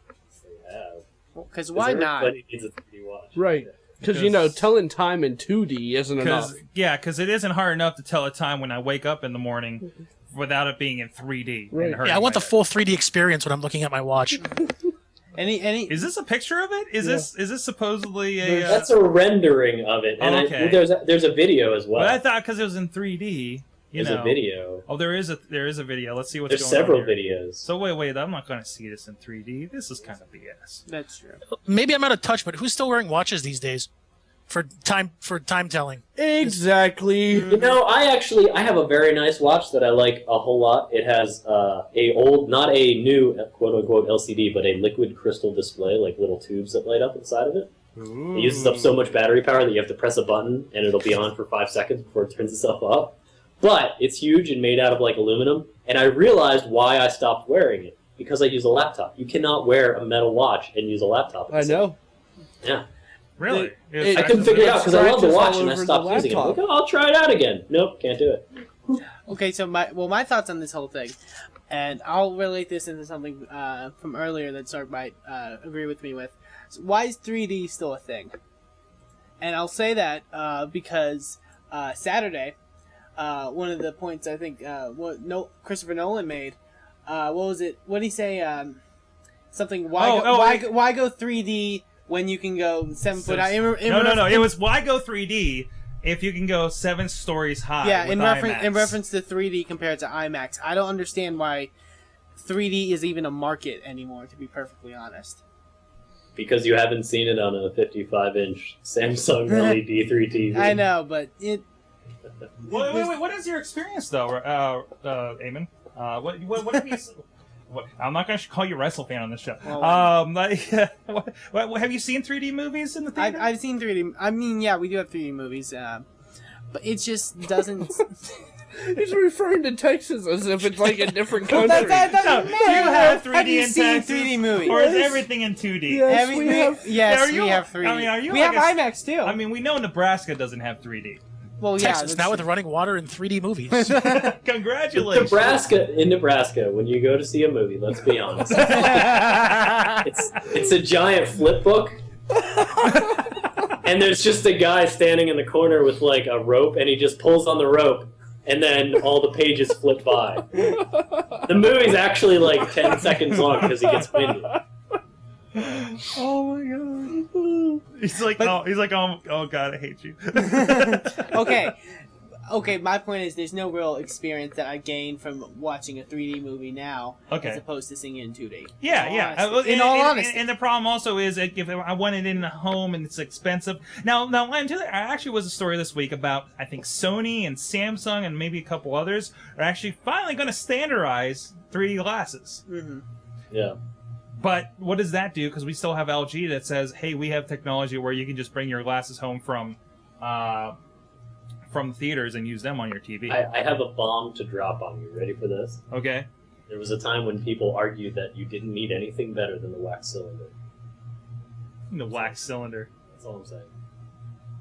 S2: Because why not?
S4: Everybody needs a 3D watch.
S3: Right. Because, you know, telling time in 2D isn't enough.
S1: Because yeah, because it isn't hard enough to tell a time when I wake up in the morning without it being in 3D. and
S3: Right. Yeah, I
S1: hurting
S6: Yeah, I want
S1: my
S6: the full 3D experience when I'm looking at my watch.
S2: Any any
S1: Is this a picture of it? Is this is this supposedly a?
S3: There's-
S1: Uh,
S4: That's a rendering of it, and
S1: Oh,
S4: I-
S1: okay.
S4: there's a, there's a video as well.
S1: but I thought because it was in 3D, you
S4: there's
S1: know.
S4: a video.
S1: Oh, there is a there is a video. Let's see what's
S4: There's
S1: going
S4: several
S1: on here.
S4: videos.
S1: So wait, wait, I'm not going to see this in 3D. This is kind of BS.
S2: That's true.
S6: Maybe I'm out of touch, but who's still wearing watches these days for time for time telling?
S3: Exactly.
S4: you know, I actually I have a very nice watch that I like a whole lot. It has uh, a old, not a new quote unquote LCD, but a liquid crystal display, like little tubes that light up inside of it. It uses up so much battery power that you have to press a button and it'll be on for five seconds before it turns itself off. But it's huge and made out of like aluminum, and I realized why I stopped wearing it because I use a laptop. You cannot wear a metal watch and use a laptop. at
S3: I
S4: the same
S3: know.
S4: Yeah.
S1: Really?
S3: It-
S1: It was
S3: it-
S4: I
S1: back
S4: couldn't
S1: to the-
S4: figure it out because I love
S3: scratches
S4: the
S3: all
S4: watch and I
S3: over the
S4: stopped using it. I'm like,
S3: laptop.
S4: oh, I'll try it out again. Nope, can't do it.
S2: Okay, so my well, my thoughts on this whole thing, and I'll relate this into something uh, from earlier that Sark might uh, agree with me with. So why is 3D still a thing? And I'll say that uh, because uh, Saturday, uh, one of the points I think uh, what no Christopher Nolan made, uh, what was it? What did he say? Um, something. Why?
S1: Oh,
S2: go,
S1: oh,
S2: why,
S1: I-
S2: go- why go 3D when you can go seven foot? high? In re- in
S1: No, no, no.
S2: reference-
S1: It was why go 3D if you can go seven stories high.
S2: yeah,
S1: with
S2: in reference
S1: IMAX?
S2: in reference to 3D compared to IMAX, I don't understand why 3D is even a market anymore. To be perfectly honest,
S4: Because you haven't seen it on a 55 inch Samsung E LED 3 TV.
S2: I know, but it
S1: Wait, wait, wait. What is your experience though, uh, uh, Eamon? Uh, what, what, what have you? s- [laughs] What, I'm not going to call you wrestle fan on this show.
S2: Oh, Well,
S1: um, [laughs] like, what, what, have you seen 3D movies in the
S2: I've,
S1: theater?
S2: I've seen 3D. I mean, yeah, we do have 3D movies, uh, but it just doesn't.
S1: [laughs]
S3: He's referring to Texas as if it's like a
S2: [laughs]
S3: different country.
S2: that, that
S1: no,
S2: doesn't
S1: do you
S2: matter.
S1: have 3D
S2: you
S1: in
S2: seen
S1: Texas,
S2: 3D movies?
S1: or is everything in 2D?
S3: Yes,
S2: Every-
S3: we
S2: we- [laughs]
S3: have-
S2: yes,
S1: Are
S2: we
S1: you-
S2: have 3D.
S1: I mean, are you
S2: we
S1: like
S2: have
S1: a
S2: IMAX too.
S1: I mean, we know Nebraska doesn't have 3D.
S2: well, yeah,
S6: Texas
S2: that's
S6: now with
S2: true.
S6: running water and 3D movies.
S1: [laughs] Congratulations. [laughs]
S4: Nebraska, in Nebraska, when you go to see a movie, let's be honest, it's it's a giant flip book, and there's just a guy standing in the corner with like a rope, and he just pulls on the rope, and then all the pages flip by. The movie's actually like ten seconds long because he gets winded.
S1: oh my god. He's like, oh, he's like, oh, oh god, I hate
S2: [laughs]
S1: you. [laughs]
S2: okay. Okay, my point is there's no real experience that I gain from watching a 3D movie now
S1: Okay.
S2: as opposed to seeing it in 2D.
S1: Yeah,
S2: all
S1: yeah.
S2: honesty.
S1: Uh,
S2: in all
S1: and,
S2: honesty.
S1: and, and the problem also is that if I want it in the home and it's expensive. Now, now, and to the- I actually was a story this week about I think Sony and Samsung and maybe a couple others are actually finally going to standardize 3D glasses.
S4: Yeah,
S1: But what does that do? Because we still have LG that says, "Hey, we have technology where you can just bring your glasses home from, uh, from theaters and use them on your TV."
S4: I, I have a bomb to drop on you. Ready for this?
S1: okay.
S4: There was a time when people argued that you didn't need anything better than the wax cylinder.
S1: The wax cylinder.
S4: That's all I'm saying.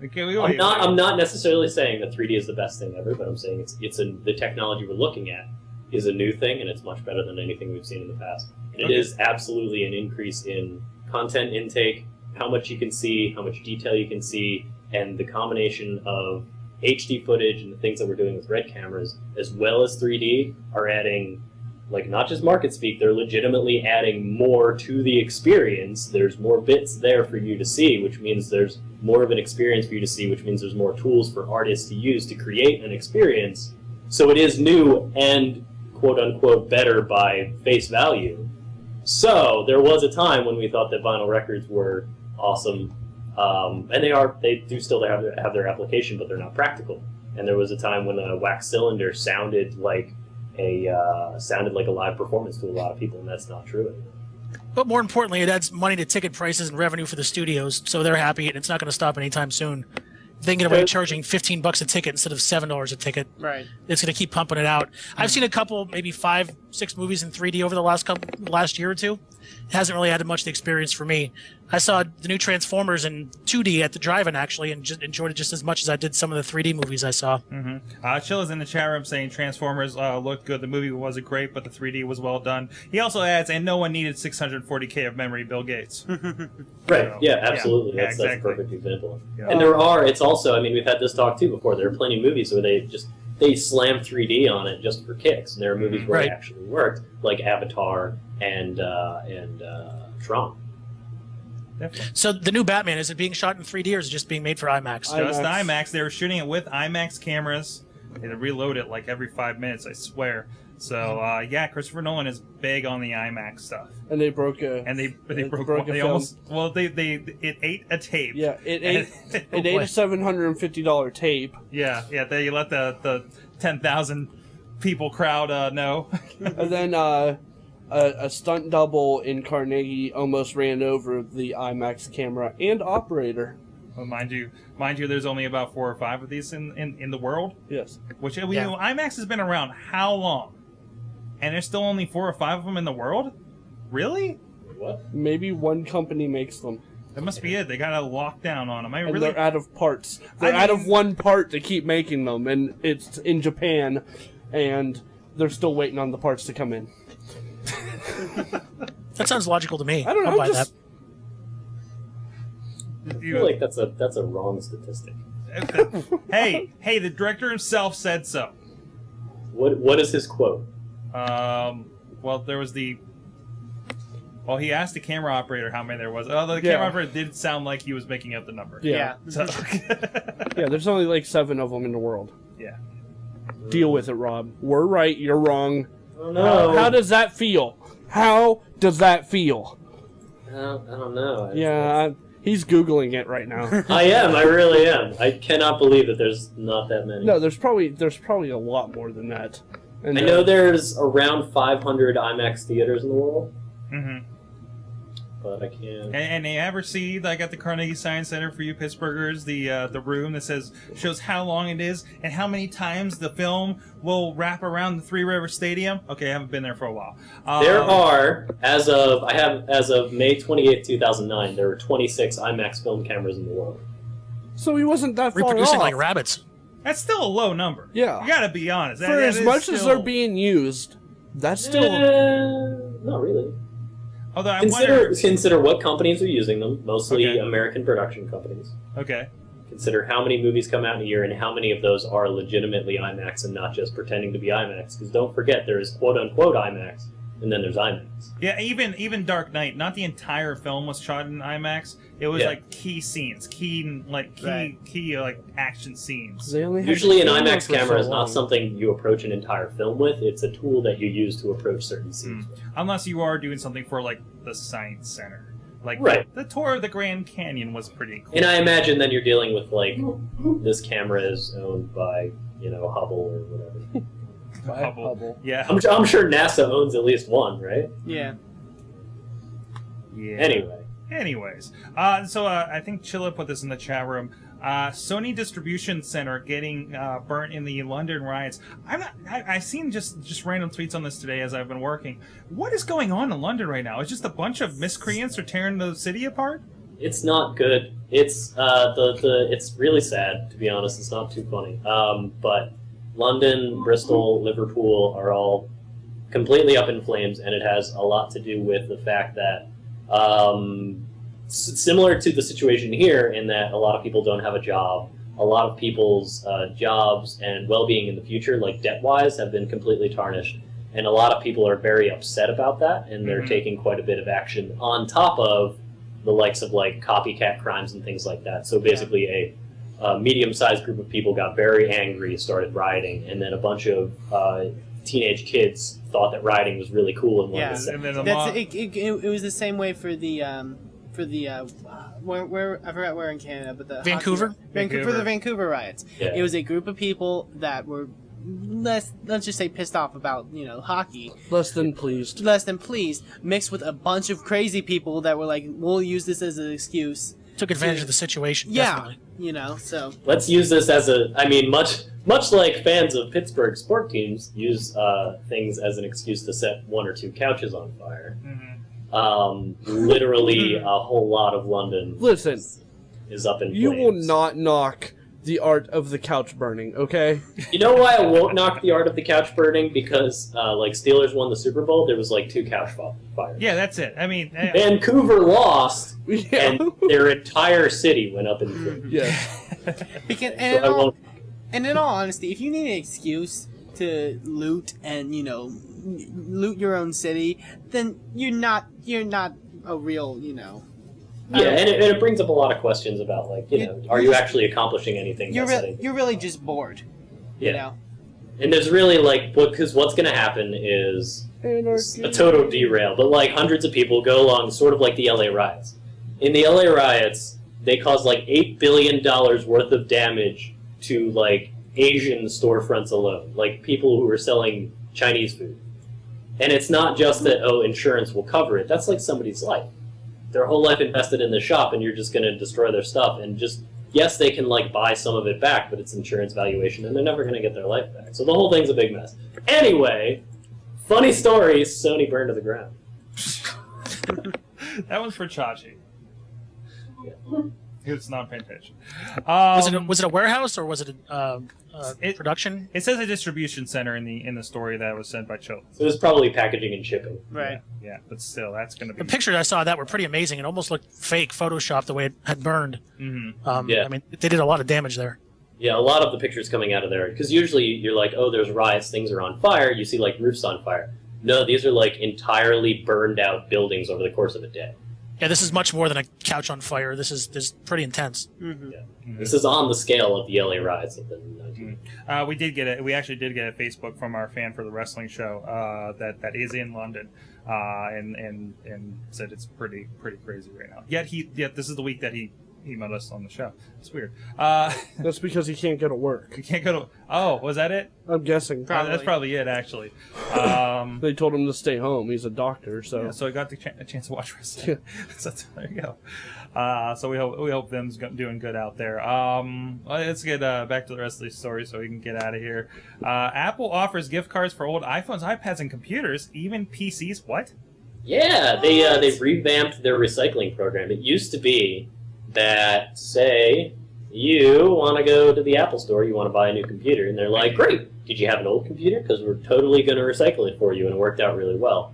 S1: Okay, we
S4: I'm
S1: wait,
S4: not,
S1: wait.
S4: I'm not necessarily saying that 3D is the best thing ever, but I'm saying it's it's a, the technology we're looking at is a new thing and it's much better than anything we've seen in the past. And
S1: Okay.
S4: it is absolutely an increase in content intake, how much you can see, how much detail you can see, and the combination of HD footage and the things that we're doing with red cameras, as well as 3D, are adding like not just market speak they're legitimately adding more to the experience there's more bits there for you to see which means there's more of an experience for you to see which means there's more tools for artists to use to create an experience so it is new and quote unquote better by face value so there was a time when we thought that vinyl records were awesome um, and they are they do still have their, have their application but they're not practical and there was a time when a wax cylinder sounded like a uh, sounded like a live performance to a lot of people, and that's not true. anymore.
S6: but more importantly, it adds money to ticket prices and revenue for the studios, so they're happy, and it's not going to stop anytime soon. thinking about charging 15 bucks a ticket instead of seven dollars a ticket.
S2: Right.
S6: It's going to keep pumping it out. I've seen a couple, maybe five, six movies in 3D over the last couple, last year or two. It hasn't really added much to the experience for me. I saw the new Transformers in 2D at the drive-in actually, and just enjoyed it just as much as I did some of the 3D movies I saw.
S1: Uh, Chill is in the chat room saying Transformers uh, looked good. The movie wasn't great, but the 3D was well done. He also adds, and no one needed 640k of memory. Bill Gates.
S3: Hmm.
S4: Right.
S1: So,
S4: Yeah,
S1: yeah.
S4: absolutely.
S1: Yeah,
S4: that's,
S1: exactly.
S4: that's a perfect example.
S1: Yeah.
S4: And there are. It's also. I mean, we've had this talk too before. There are plenty of movies where they just they slam 3D on it just for kicks, and there are movies where
S6: Right.
S4: it actually worked, like Avatar and uh, and uh, Tron.
S1: Definitely.
S6: So the new Batman is it being shot in 3D or is it just being made for IMAX?
S3: I-
S1: Just
S3: IMAX.
S1: IMAX. They were shooting it with IMAX cameras. They had to reload it like every five minutes. I swear. So uh, yeah, Christopher Nolan is big on the IMAX stuff,
S3: and they broke a.
S1: and they they
S3: It
S1: broke,
S3: broke
S1: one-
S3: a
S1: they
S3: film.
S1: almost well they they it ate a tape.
S3: yeah, [laughs] it
S1: And Oh,
S3: ate
S1: [laughs]
S3: it ate a seven hundred and fifty dollar tape.
S1: yeah, yeah. They let the the ten thousand people crowd uh, know. [laughs]
S3: And then uh, a, a stunt double in Carnegie almost ran over the IMAX camera and operator.
S1: Well, mind you, mind you, there's only about four or five of these in, in, in the world.
S3: Yes.
S1: Which we
S6: Yeah.
S1: know IMAX has been around how long? And there's still only four or five of them in the world. Really?
S4: What?
S3: Maybe one company makes them.
S1: That must be it. They got a lockdown on them. I
S3: And
S1: really. [laughs]
S3: they're out of parts. They're
S1: I
S3: out of
S1: mean-
S3: one part to keep making them, and it's in Japan, and they're still waiting on the parts to come in.
S6: That sounds logical to me.
S3: I don't
S6: I'll
S3: know.
S6: buy
S3: Just,
S6: that.
S4: I feel like that's a that's a wrong statistic.
S1: hey, hey, the director himself said so.
S4: What what is his quote?
S1: Um, well, there was the. Well, he asked the camera operator how many there was. Although the
S3: Yeah.
S1: camera operator did sound like he was making up the number.
S3: yeah.
S2: Yeah.
S3: [laughs]
S1: So, [laughs] Mm-hmm.
S3: Yeah, there's only like seven of them in the world.
S1: yeah.
S3: Deal with it, Rob. We're right, you're wrong.
S4: Oh,
S3: How, how does that feel? How does that feel?
S4: I don't, I don't know. I-
S3: Yeah, I- he's Googling it right now. [laughs]
S4: I am. I really am. I cannot believe that there's not that many.
S3: no, there's probably there's probably a lot more than that. And
S4: I
S3: uh,
S4: know there's around 500 IMAX theaters in the world,
S1: hmm
S4: but I can't.
S1: And, and they ever see like at the Carnegie Science Center for you Pittsburghers the uh, the room that says shows how long it is and how many times the film will wrap around the Three River Stadium. Okay, I haven't been there for a while. Um,
S4: There are, as of I have, as of May twenty eighth, two thousand nine, there were twenty six IMAX film cameras in the world.
S3: so he wasn't that far off.
S6: Reproducing like rabbits.
S1: that's still a low number.
S3: Yeah.
S1: you gotta be honest. That-
S3: For
S1: that
S3: as
S1: is
S3: much as
S1: still-
S3: they're being used, that's still
S4: Eh, not really.
S1: although I
S4: Consider
S1: wonder.
S4: consider what companies are using them. Mostly
S1: Okay.
S4: American production companies.
S1: Okay,
S4: Consider how many movies come out in a year and how many of those are legitimately IMAX and not just pretending to be IMAX. Because don't forget, there is quote unquote IMAX, and then there's IMAX.
S1: yeah, even even Dark Knight, not the entire film was shot in IMAX. It was
S4: Yeah.
S1: like key scenes, key like key
S2: Right.
S1: key like action scenes.
S3: They only had
S4: Usually, an
S3: the camera
S4: IMAX
S3: for so
S4: camera is not
S3: long.
S4: something you approach an entire film with. It's a tool that you use to approach certain scenes. with.
S1: Unless you are doing something for like the Science Center. Like
S4: Right.
S1: the tour of the Grand Canyon was pretty cool.
S4: And I imagine then you're dealing with like this camera is owned by you know Hubble or whatever.
S1: Hubble. Yeah.
S4: I'm, I'm sure NASA owns at least one, right?
S2: Yeah.
S1: yeah.
S4: Anyway,
S1: Anyways, uh, so uh, I think Chilla put this in the chat room. Uh, Sony distribution center getting uh, burnt in the London riots. I'm not. I, I've seen just just random tweets on this today as I've been working. What is going on in London right now? It's just a bunch of miscreants are tearing the city apart.
S4: it's not good. It's uh, the the it's really sad to be honest. It's not too funny. Um, but London, Bristol, Liverpool are all completely up in flames, and it has a lot to do with the fact that um, s- similar to the situation here, in that a lot of people don't have a job. A lot of people's uh, jobs and well-being in the future, like debt-wise, have been completely tarnished, and a lot of people are very upset about that, and they're
S1: Mhm.
S4: taking quite a bit of action on top of the likes of like copycat crimes and things like that. So basically, a a medium-sized group of people got very angry, started rioting, and then a bunch of uh, teenage kids thought that rioting was really cool and wanted
S2: Yeah.
S4: to set
S1: And then a mob-
S2: That's it, it, it, it was the same way for the um for the uh where, where I forgot where in Canada, but the hockey-
S6: Vancouver?
S2: Vancouver for
S1: Vancouver.
S2: the Vancouver riots.
S4: Yeah.
S2: It was a group of people that were less let's just say pissed off about you know hockey
S3: Less than pleased.
S2: less than pleased mixed with a bunch of crazy people that were like we'll use this as an excuse
S6: took advantage of the situation.
S2: Yeah,
S6: definitely.
S2: you know.
S4: [laughs]
S2: So
S4: Let's use this as a. I mean, much much like fans of Pittsburgh sport teams use uh, things as an excuse to set one or two couches on fire.
S1: Mhm.
S4: Um, literally, a whole lot of London
S3: Listen,
S4: is up in flames.
S3: you will not knock the art of the couch burning, okay? [laughs]
S4: You know why I won't knock the art of the couch burning? Because uh, like Steelers won the Super Bowl, there was like two couch fi- fires.
S1: Yeah, that's it. I mean, eh,
S4: Vancouver lost,
S3: Yeah.
S4: and their entire city went up in flames.
S3: yes.
S1: eh. [laughs]
S2: because
S4: So
S2: and, in
S4: I
S2: all,
S4: won't.
S2: and in all honesty, if you need an excuse to loot and you know loot your own city, then you're not you're not a real you know
S4: Yeah, and it, and it brings up a lot of questions about like you know, are you actually accomplishing anything?
S2: you're
S4: by
S2: re-
S4: setting-
S2: you're really just bored. You know.
S4: And there's really like, because what's going to happen is a total derail, but like hundreds of people go along, sort of like the LA riots. In the LA riots, they caused like $8 billion worth of damage to like Asian storefronts alone, like people who were selling Chinese food. And it's not just that, oh, insurance will cover it. That's like somebody's life. Their whole life invested in the shop, and you're just going to destroy their stuff and just yes, they can like buy some of it back, but it's insurance valuation, and they're never going to get their life back. So the whole thing's a big mess. Anyway, funny story: Sony burned to the ground.
S1: that one's for Chachi. Who's not paying attention? Um,
S6: Was it a, was it a warehouse or was it a um uh,
S1: It-
S6: production?
S1: It says a distribution center in the in the story that was sent by Chill.
S4: So it was probably packaging and shipping.
S2: Right.
S1: Yeah, but still, that's going to
S6: The
S1: be.
S6: pictures I saw of that were pretty amazing. It almost looked fake, photoshopped the way it had burned.
S1: Mhm.
S6: Um,
S4: Yeah.
S6: I mean, they did a lot of damage there.
S4: Yeah, a lot of the pictures coming out of there because usually you're like, oh, there's riots, things are on fire. You see like roofs on fire. No, these are like entirely burned out buildings over the course of a day.
S6: Yeah, this is much more than a couch on fire. This is this is pretty intense.
S4: This is on the scale of the LA riots of the 19.
S1: Uh, we did get it. We actually did get a Facebook from our fan for the wrestling show uh, that that is in London, uh, and and and said it's pretty pretty crazy right now. Yet he yet this is the week that he emailed us on the show. It's weird. Uh, [laughs]
S3: That's because he can't go to work.
S1: we can't go to. Oh, was that it?
S3: I'm guessing.
S1: Uh, That's probably it actually. Um,
S3: They told him to stay home. He's a doctor, so.
S1: yeah, so I got the ch- a chance to watch [laughs] wrestling. so there you go. Uh, so we hope we hope them's go- doing good out there. Um, well, let's get uh, back to the rest of these stories so we can get out of here. Uh, Apple offers gift cards for old iPhones, iPads, and computers, even PCs. What?
S4: Yeah, they uh, they revamped their recycling program. It used to be that say you want to go to the Apple store, you want to buy a new computer, and they're like, "Great, did you have an old computer? Because we're totally going to recycle it for you," and it worked out really well.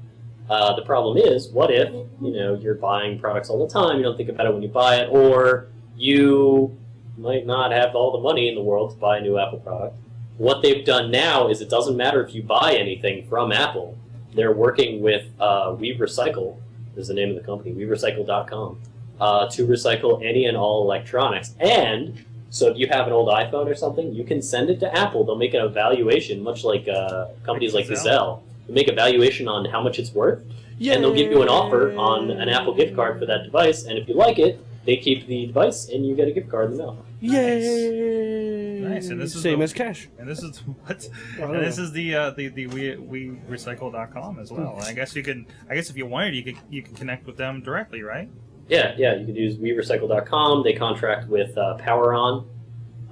S4: Uh, the problem is, what if you know you're buying products all the time, you don't think about it when you buy it, or you might not have all the money in the world to buy a new Apple product. What they've done now is it doesn't matter if you buy anything from Apple they're working with uh, We Recycle, is the name of the company, WeRecycle.com, uh, to recycle any and all electronics. And so if you have an old iPhone or something, you can send it to Apple. They'll make an evaluation, much like uh, companies like
S1: Like
S4: Gazelle. They make a valuation on how much it's worth, and they'll give you an offer on an Apple gift card for that device. And if you like it, they keep the device, and you get a gift card in the mail.
S3: Yay!
S1: Nice, and this is
S3: Same
S1: the-
S3: as cash.
S1: And this is [laughs] what?
S3: I don't
S1: And this
S3: know.
S1: is the uh, the the we we recycle.com as well. And I guess you can. I guess if you wanted, you could you can connect with them directly, right?
S4: Yeah, yeah. You could use WeRecycle.com. They contract with uh, PowerOn,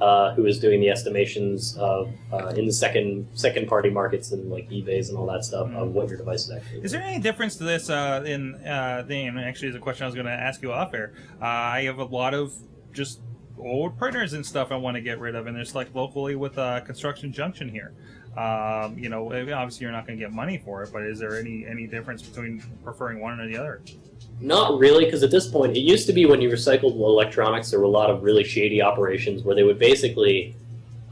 S4: uh, who is doing the estimations of uh, in the second second party markets and like eBay's and all that stuff of what your device is actually.
S1: Is there any difference to this uh, in uh, thing? Actually, is a question I was going to ask you off air. Uh, I have a lot of just old printers and stuff I want to get rid of, and there's like locally with uh, Construction Junction here. Um, you know, obviously you're not going to get money for it, but is there any any difference between preferring one or the other?
S4: Not really, because at this point, it used to be when you recycled electronics, there were a lot of really shady operations where they would basically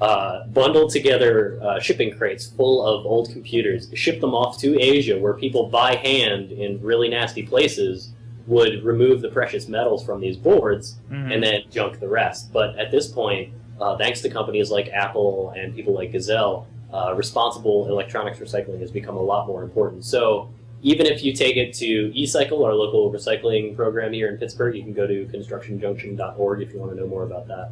S4: uh, bundle together uh, shipping crates full of old computers, ship them off to Asia, where people by hand in really nasty places would remove the precious metals from these boards
S1: Mhm.
S4: and then junk the rest. But at this point, uh, thanks to companies like Apple and people like Gazelle, uh, responsible electronics recycling has become a lot more important. So even if you take it to eCycle, our local recycling program here in Pittsburgh, you can go to constructionjunction.org if you want to know more about that.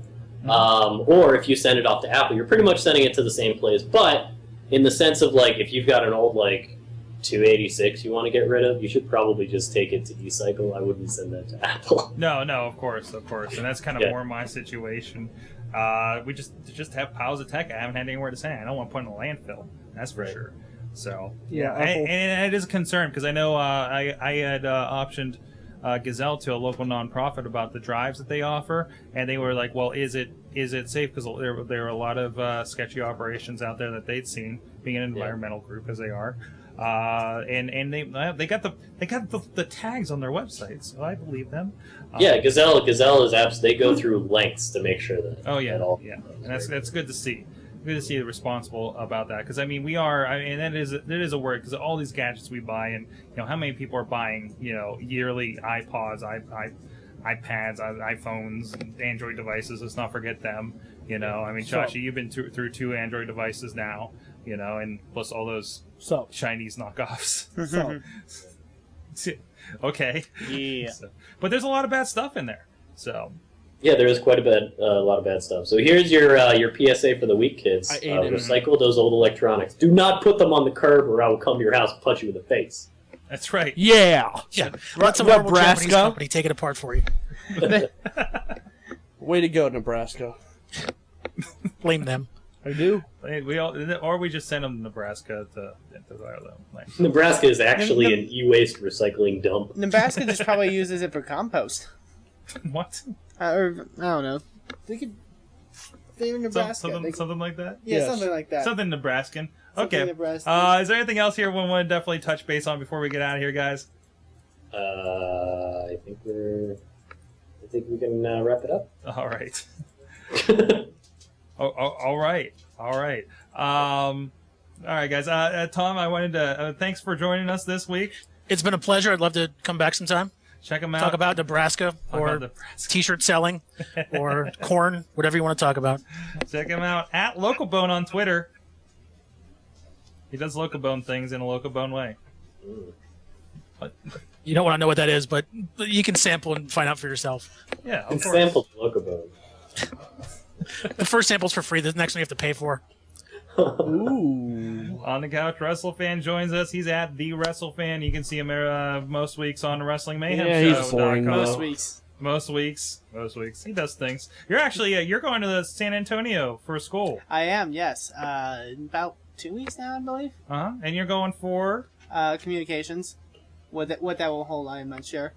S4: Um, or if you send it off to Apple, you're pretty much sending it to the same place. But in the sense of like, if you've got an old like 286 you want to get rid of, you should probably just take it to eCycle. I wouldn't send that to [laughs] Apple.
S1: No, no, of course, of course, and that's kind of
S4: Yeah.
S1: more my situation. Uh, we just just have piles of tech. I haven't had anywhere to send. it. I don't want to put it in a landfill. That's for
S4: Right.
S1: sure. So
S3: Yeah,
S1: and,
S3: Apple-
S1: and it is a concern because I know uh, I I had uh, optioned uh, Gazelle to a local nonprofit about the drives that they offer, and they were like, "Well, is it is it safe?" Because there there are a lot of uh, sketchy operations out there that they'd seen, being an environmental group as they are. Uh, and and they they got the they got the, the tags on their website, so I believe them. Um,
S4: yeah, Gazelle Gazelle is apps. They go through lengths to make sure that.
S1: Oh yeah,
S4: that all
S1: yeah, and that's that's good to see. Good to see the responsible about that because I mean we are, I mean that is that is a word because all these gadgets we buy and you know how many people are buying you know yearly iPods, i, I iPads, i- iPhones, Android devices. Let's not forget them. You know, I mean,
S3: So-
S1: Chachi, you've been through through two Android devices now. You know, and plus all those
S3: So,
S1: Chinese knockoffs. [laughs]
S3: so
S1: okay,
S2: Yeah.
S1: [laughs] So- but there's a lot of bad stuff in there. So
S4: Yeah, there is quite a bad, uh, a lot of bad stuff. So here's your uh, your PSA for the week, kids.
S3: I ate
S4: uh,
S3: it.
S4: recycle those old electronics. Do not put them on the curb, or I will come to your house and punch you in the face.
S1: that's right.
S7: Yeah.
S6: Yeah, let some horrible Japanese
S7: Nebraska?
S6: company take it apart for you.
S3: way to go, Nebraska.
S6: Blame them.
S3: I do.
S1: Hey, We all, or we just send them to Nebraska to to fire them. Like,
S4: Nebraska is actually an e-waste recycling dump.
S2: Nebraska
S1: [laughs]
S2: just probably uses it for compost.
S1: [laughs] what?
S2: Uh, or, I don't know. They could. They're in
S1: Some,
S2: Nebraska.
S1: something,
S2: They could-
S1: something like that.
S2: yeah,
S3: Yes.
S2: something like that.
S1: Something Nebraskan.
S2: Something
S1: okay.
S2: Nebraskan.
S1: Uh, is there anything else here we want to definitely touch base on before we get out of here, guys? [laughs]
S4: Uh, I think we're, I think we can uh, wrap it up.
S1: All
S4: [laughs]
S1: right. Oh, oh, all right. All right. Um, all right, guys. Uh, uh, Tom, I wanted to uh, thanks for joining us this week.
S6: It's been a pleasure. I'd love to come back sometime.
S1: Check them out.
S6: Talk about Nebraska
S1: Uh, Talk
S6: or
S1: about Nebraska.
S6: t-shirt selling or corn, whatever you want to talk about.
S1: [laughs] Check him out at Localbone on Twitter. He does Localbone things in a Localbone way.
S6: You don't want to know what that is, but you can sample and find out for yourself.
S1: Yeah, of
S4: And
S1: course.
S4: sample the Locobone.
S6: The first sample's for free. The next one you have to pay for.
S3: Ooh.
S1: Mm-hmm. On the couch, WrestleFan joins us. He's at the WrestleFan. You can see him uh, most weeks on the Wrestling Mayhem
S3: Yeah,
S1: Show.
S3: he's boring,
S1: dot com.
S2: Most
S3: uh,
S2: weeks.
S1: Most weeks, most weeks, he does things. You're actually uh, you're going to the San Antonio for school,
S2: I am, yes. Uh, in about two weeks now, I believe.
S1: uh-huh. and you're going for
S2: Uh, communications. What that, what that will hold, I'm not sure.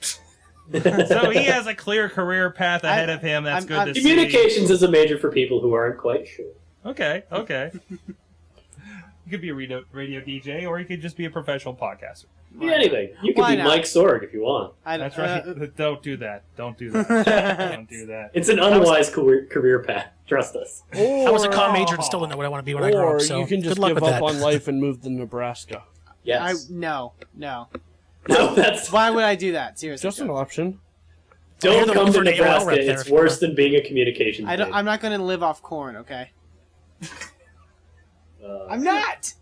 S1: so
S2: [laughs]
S1: he has a clear career path ahead
S2: I-
S1: of him. That's
S2: I'm-
S1: good
S2: I'm-
S1: to see.
S4: [laughs] Communications is a major for people who aren't quite sure.
S1: Okay, okay. you could be a radio, radio DJ, or you could just be a professional podcaster.
S4: Be anything. You can
S2: Why
S4: be
S2: not?
S4: Mike Sorg if you want.
S2: I,
S1: That's right.
S2: uh,
S1: Don't do that. Don't do
S2: [laughs]
S1: that. Don't do that.
S4: It's an unwise career, career path. Trust us.
S6: I was a com major and still didn't know what I want to be when I grow
S3: Or
S6: up. So
S3: you can just
S6: good luck
S3: give up
S6: with that.
S3: on
S6: [laughs]
S3: life and move to Nebraska.
S2: I,
S4: Yes.
S2: no, no.
S4: [laughs] no, that's
S2: Why would I do that? Seriously.
S3: Just an option.
S6: You're
S4: Don't
S6: the
S4: come
S6: one
S4: to
S6: for the AOL rep
S4: Nebraska.
S6: there,
S4: It's
S6: if you
S4: worse than being a communication.
S2: I don't,
S4: major.
S2: I'm not going to live off corn, okay?
S4: [laughs] Uh,
S2: I'm not!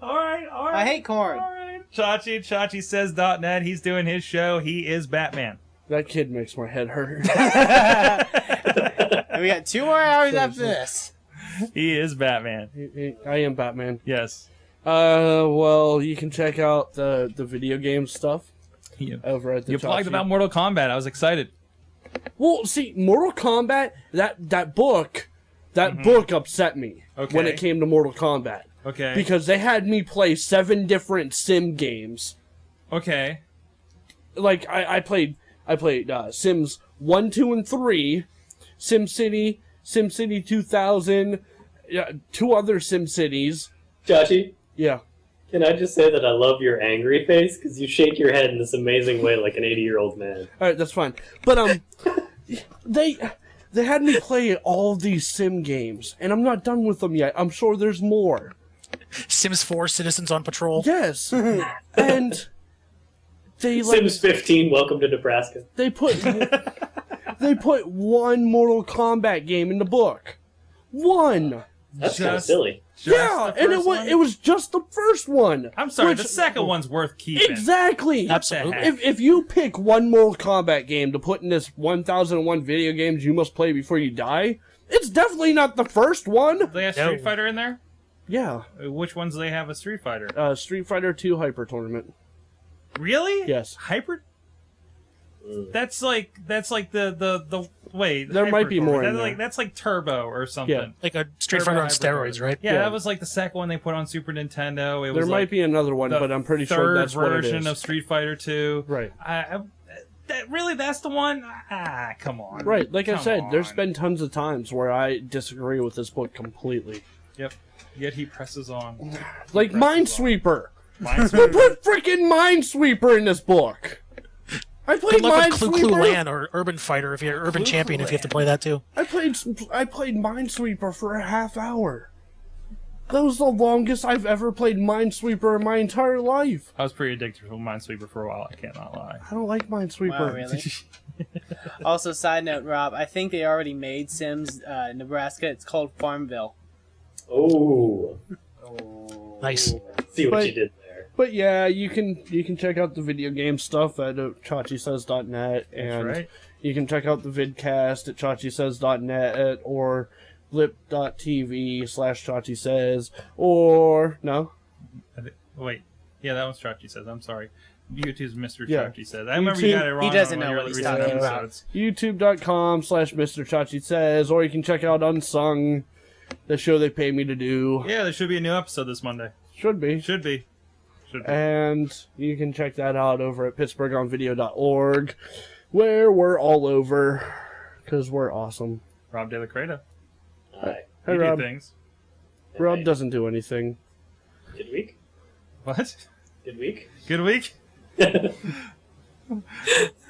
S1: All right, all right.
S2: I hate corn.
S1: All right. Chachi, Chachi says .net. He's doing his show. He is
S3: [laughs]
S1: Batman.
S3: That kid makes my head
S6: [laughs]
S3: hurt.
S2: And we got two more hours after this.
S1: He is Batman.
S3: I am Batman.
S1: Yes.
S3: Uh, well, you can check out the the video game stuff
S1: You,
S3: over at the.
S1: you blogged
S3: Tachi.
S1: about Mortal Kombat. I was excited.
S3: Well, see, Mortal Kombat that that book, that
S6: Mm-hmm.
S3: book upset me when
S1: Okay.
S3: it came to Mortal Kombat
S1: Okay.
S3: because they had me play seven different sim games.
S1: okay.
S3: Like I, I played I played uh, Sims one, two, and three, Sim City, Sim City two thousand, uh, two other Sim Cities.
S4: Chachi,
S3: Yeah.
S4: can I just say that I love your angry face because you shake your head in this amazing way like an 80 year old man.
S3: All right, that's fine. But um, [laughs] they they had me play all these sim games, and I'm not done with them yet. I'm sure there's more.
S6: Sims 4, Citizens on Patrol.
S3: Yes, and they like
S4: Sims 15, welcome to Nebraska.
S3: they put they put one Mortal Kombat game in the book. One.
S4: That's kind of
S1: Just-
S4: silly.
S1: Just
S3: yeah,
S1: the
S3: and it
S1: first
S3: was
S1: one?
S3: it was just the first one.
S1: I'm sorry.
S3: which-
S1: the second one's worth keeping.
S3: Exactly.
S6: Absolutely.
S3: If, if you pick one Mortal Kombat game to put in this 1001 video games you must play before you die, it's definitely not the first one.
S1: They have
S6: No.
S1: Street Fighter in there.
S3: Yeah,
S1: Uh, Which ones do they have a Street Fighter?
S3: uh, Street Fighter Two Hyper Tournament.
S1: Really?
S3: Yes.
S1: Hyper.
S4: Mm.
S1: That's like that's like the the the wait.
S3: There might
S1: Hyper
S3: be more
S1: Torment.
S3: in
S1: That's
S3: there.
S1: like that's like Turbo or something.
S3: Yeah.
S6: Like a Street Fighter on
S1: Turbo Hyper
S6: steroids,
S1: Torment.
S6: right?
S1: Yeah,
S3: Yeah.
S1: that was like the second one they put on Super Nintendo. It
S3: There
S1: was
S3: might
S1: like
S3: be another one,
S1: the
S3: but I'm pretty
S1: third
S3: sure that's what it
S1: version
S3: is.
S1: of Street Fighter Two.
S3: Right.
S1: I, I, that really that's the one. Ah, come on.
S3: Right, like I
S1: Come
S3: said, there's
S1: on.
S3: been tons of times where I disagree with this book completely.
S1: Yep. Yet he presses
S3: [laughs]
S1: on.
S3: Like Minesweeper.
S1: Minesweeper.
S3: Put freaking Minesweeper in this book. I played
S6: Good luck with Clue Clue
S3: Minesweeper.
S6: Land or Urban Fighter if you're Urban Champion if you have to play that too.
S3: I played I played Minesweeper for a half hour. That was the longest I've ever played Minesweeper in my entire life.
S1: I was pretty addicted to Minesweeper for a while. I cannot lie.
S3: I don't like Minesweeper.
S2: Wow,
S3: [laughs]
S2: really? also, side note, Rob, I think they already made Sims uh, Nebraska. It's called Farmville.
S4: Oh,
S6: Nice.
S4: see what
S3: But-
S4: you did there.
S3: But yeah, you can you can check out the video game stuff at uh, chachisays.net
S1: That's
S3: and
S1: right.
S3: you can check out the vidcast at chachisays.net or blip.tv slash chachisays or no
S1: I thi- Wait. Yeah, that one's Chachi says. I'm sorry. YouTube's Mr.
S3: Yeah.
S1: Chachi says. I remember you
S3: YouTube-
S1: got it wrong.
S2: doesn't
S1: on one
S2: know
S1: of your
S2: what he's
S1: recent
S2: talking about.
S1: episodes.
S3: youtube.com slash mr chachi says or you can check out unsung the show they pay me to do
S1: Yeah, there should be a new episode this Monday.
S3: should be
S1: Should be. Should be.
S3: and you can check that out over at pittsburghonvideo.org where we're all over because we're awesome
S1: Rob De La Creta.
S4: Hi.
S3: hey
S1: you
S3: rob
S1: do things.
S3: rob doesn't do anything
S4: Good week.
S1: What? [laughs]
S4: Good week.
S1: Good week.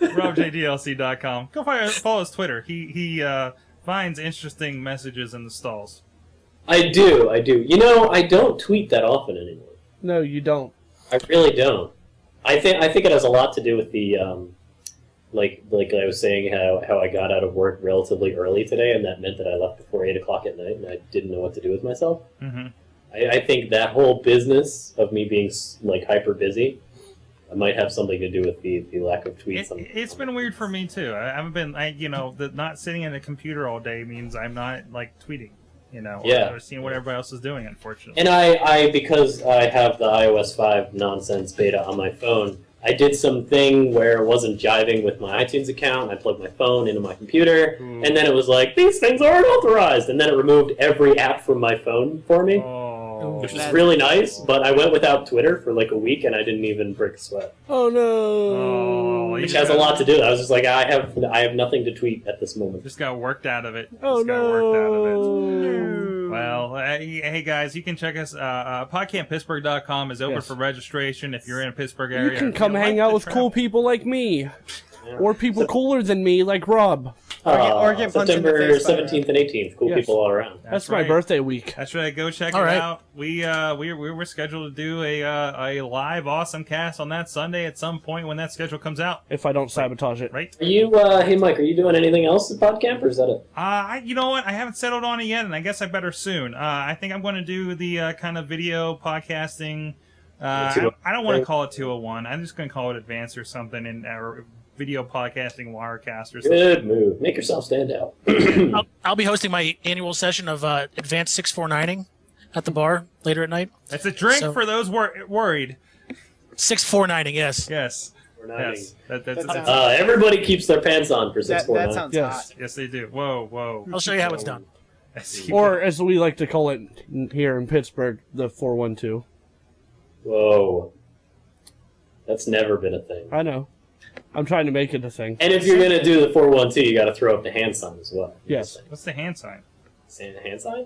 S1: RobJDLC.com. Go follow, follow his Twitter. He he uh, finds interesting messages in the stalls.
S4: [laughs] I do. I do. You know, I don't tweet that often anymore.
S3: no you don't
S4: I really don't. I think I think it has a lot to do with the um, like like I was saying how, how I got out of work relatively early today, and that meant that I left before eight o'clock at night, and I didn't know what to do with myself.
S1: Mm-hmm.
S4: I, I think that whole business of me being s- like hyper busy, I might have something to do with the, the lack of tweets.
S1: It,
S4: on-
S1: it's been weird for me too. I haven't been, I you know, the, not sitting in a computer all day means I'm not like tweeting, you know,
S4: Yeah.
S1: or seeing what everybody else is doing. Unfortunately,
S4: And I, I, because I have the iOS 5 nonsense beta on my phone, I did some thing where it wasn't jiving with my iTunes account. I plugged my phone into my computer,
S2: Hmm.
S4: and then it was like, these things aren't authorized. And then it removed every app from my phone for me,
S1: oh,
S4: which was
S2: That's-
S4: really nice. But I went without Twitter for like a week, and I didn't even break a sweat,
S3: oh no
S1: Oh, you
S4: which
S1: just
S4: has a
S1: got-
S4: lot to do. with it. I was just like, I have, I have nothing to tweet at this moment.
S1: Just got worked out of it.
S3: Oh
S1: Just got worked out of it.
S3: no!
S1: Well, hey, hey guys, you can check us. Uh, uh, PodcampPittsburgh.com is open
S3: Yes.
S1: for registration if you're in a Pittsburgh
S3: You
S1: area.
S3: can
S1: If
S3: come
S1: like
S3: hang
S1: the
S3: out with
S1: travel-
S3: cool people like me, or people cooler than me like Rob.
S2: Or get- or
S4: Uh,
S2: get punched in the
S4: September
S2: face by a-
S4: 17th and 18th. Cool
S3: Yes.
S4: people all around.
S3: That's,
S1: That's
S3: my
S1: right.
S3: birthday week.
S1: That's right. Go check
S6: All
S1: it
S6: right.
S1: out. We uh we we were scheduled to do a uh, a live awesome cast on that Sunday at some point when that schedule comes out.
S3: If I don't sabotage it,
S1: Right?
S4: Are you, uh, hey Mike, are you doing anything else at PodCamp, or is that it?
S1: Uh, I, you know what? I haven't settled on it yet, and I guess I better soon. Uh, I think I'm going to do the uh, kind of video podcasting. Uh, I, I don't want to call it 201. I'm just going to call it Advanced or something, and or video podcasting Wirecast or something.
S4: Good move. Make yourself stand out.
S6: I'll, I'll be hosting my annual session of uh, advanced 649ing at the bar later at night.
S1: That's a drink
S6: So-
S1: for those wor- worried.
S6: 649ing, yes.
S1: Yes.
S4: We're not
S1: Yes. That, that's,
S2: That sounds-
S4: Uh, everybody keeps their pants on for
S2: That, that
S4: 649.
S2: sounds
S3: Yes.
S2: hot.
S1: yes, they do. Whoa, whoa.
S6: I'll show you how it's done.
S3: or as we like to call it n- here in Pittsburgh, the four one two.
S4: Whoa. That's never been a thing.
S1: Uh,
S3: I know. I'm trying to make it a thing.
S4: And if you're going to do the 412, you got to throw up the hand sign as well.
S3: Yes.
S1: What's the hand sign?
S4: Hand, hand sign?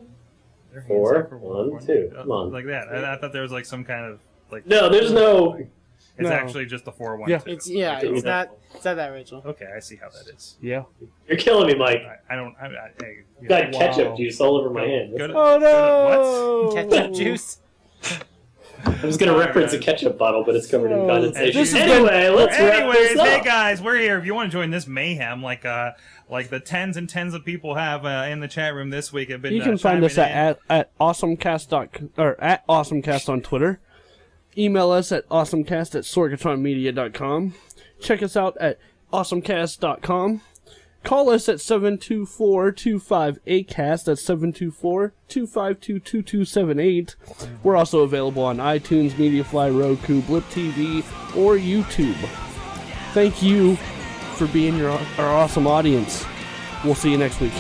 S1: Their hand
S4: Four,
S1: sign for
S4: one,
S1: one,
S4: two.
S1: uh,
S4: Come on.
S1: Like that. I, I thought there was like some kind of like.
S4: No, there's no.
S1: It's
S3: No.
S1: actually just the four, one,
S3: Yeah.
S1: two.
S2: It's yeah.
S4: Okay,
S2: It's
S4: well,
S2: not. It's not that original.
S1: Okay, I see how that is.
S3: Yeah.
S4: You're killing me, Mike.
S1: I, I don't. I, I, hey,
S4: You
S1: yeah.
S4: got ketchup
S3: Wow.
S4: juice all over my
S1: Go-
S4: hand.
S1: go to-
S3: Oh
S1: What?
S3: no!
S2: Ketchup juice.
S4: I was going to
S1: Sorry,
S4: reference
S1: guys.
S4: a ketchup bottle, but it's covered in
S3: Oh,
S4: condensation.
S1: this has
S3: been-
S4: Anyway, let's wrap
S1: Anyways,
S4: this up.
S1: hey guys, we're here. If you want to join this mayhem, like uh, like the tens and tens of people have uh, in the chat room this week, have been.
S3: You
S1: uh,
S3: can find us
S1: chiming in.
S3: at, at at awesomecast dot c- or at awesomecast on Twitter. Email us at awesomecast at sorgatronmedia.com. Check us out at awesomecast.com. Call us at 724-25-ACAST. That's 724-252-2278. We're also available on iTunes, MediaFly, Roku, Blip TV, or YouTube. Thank you for being your, our awesome audience. We'll see you next week.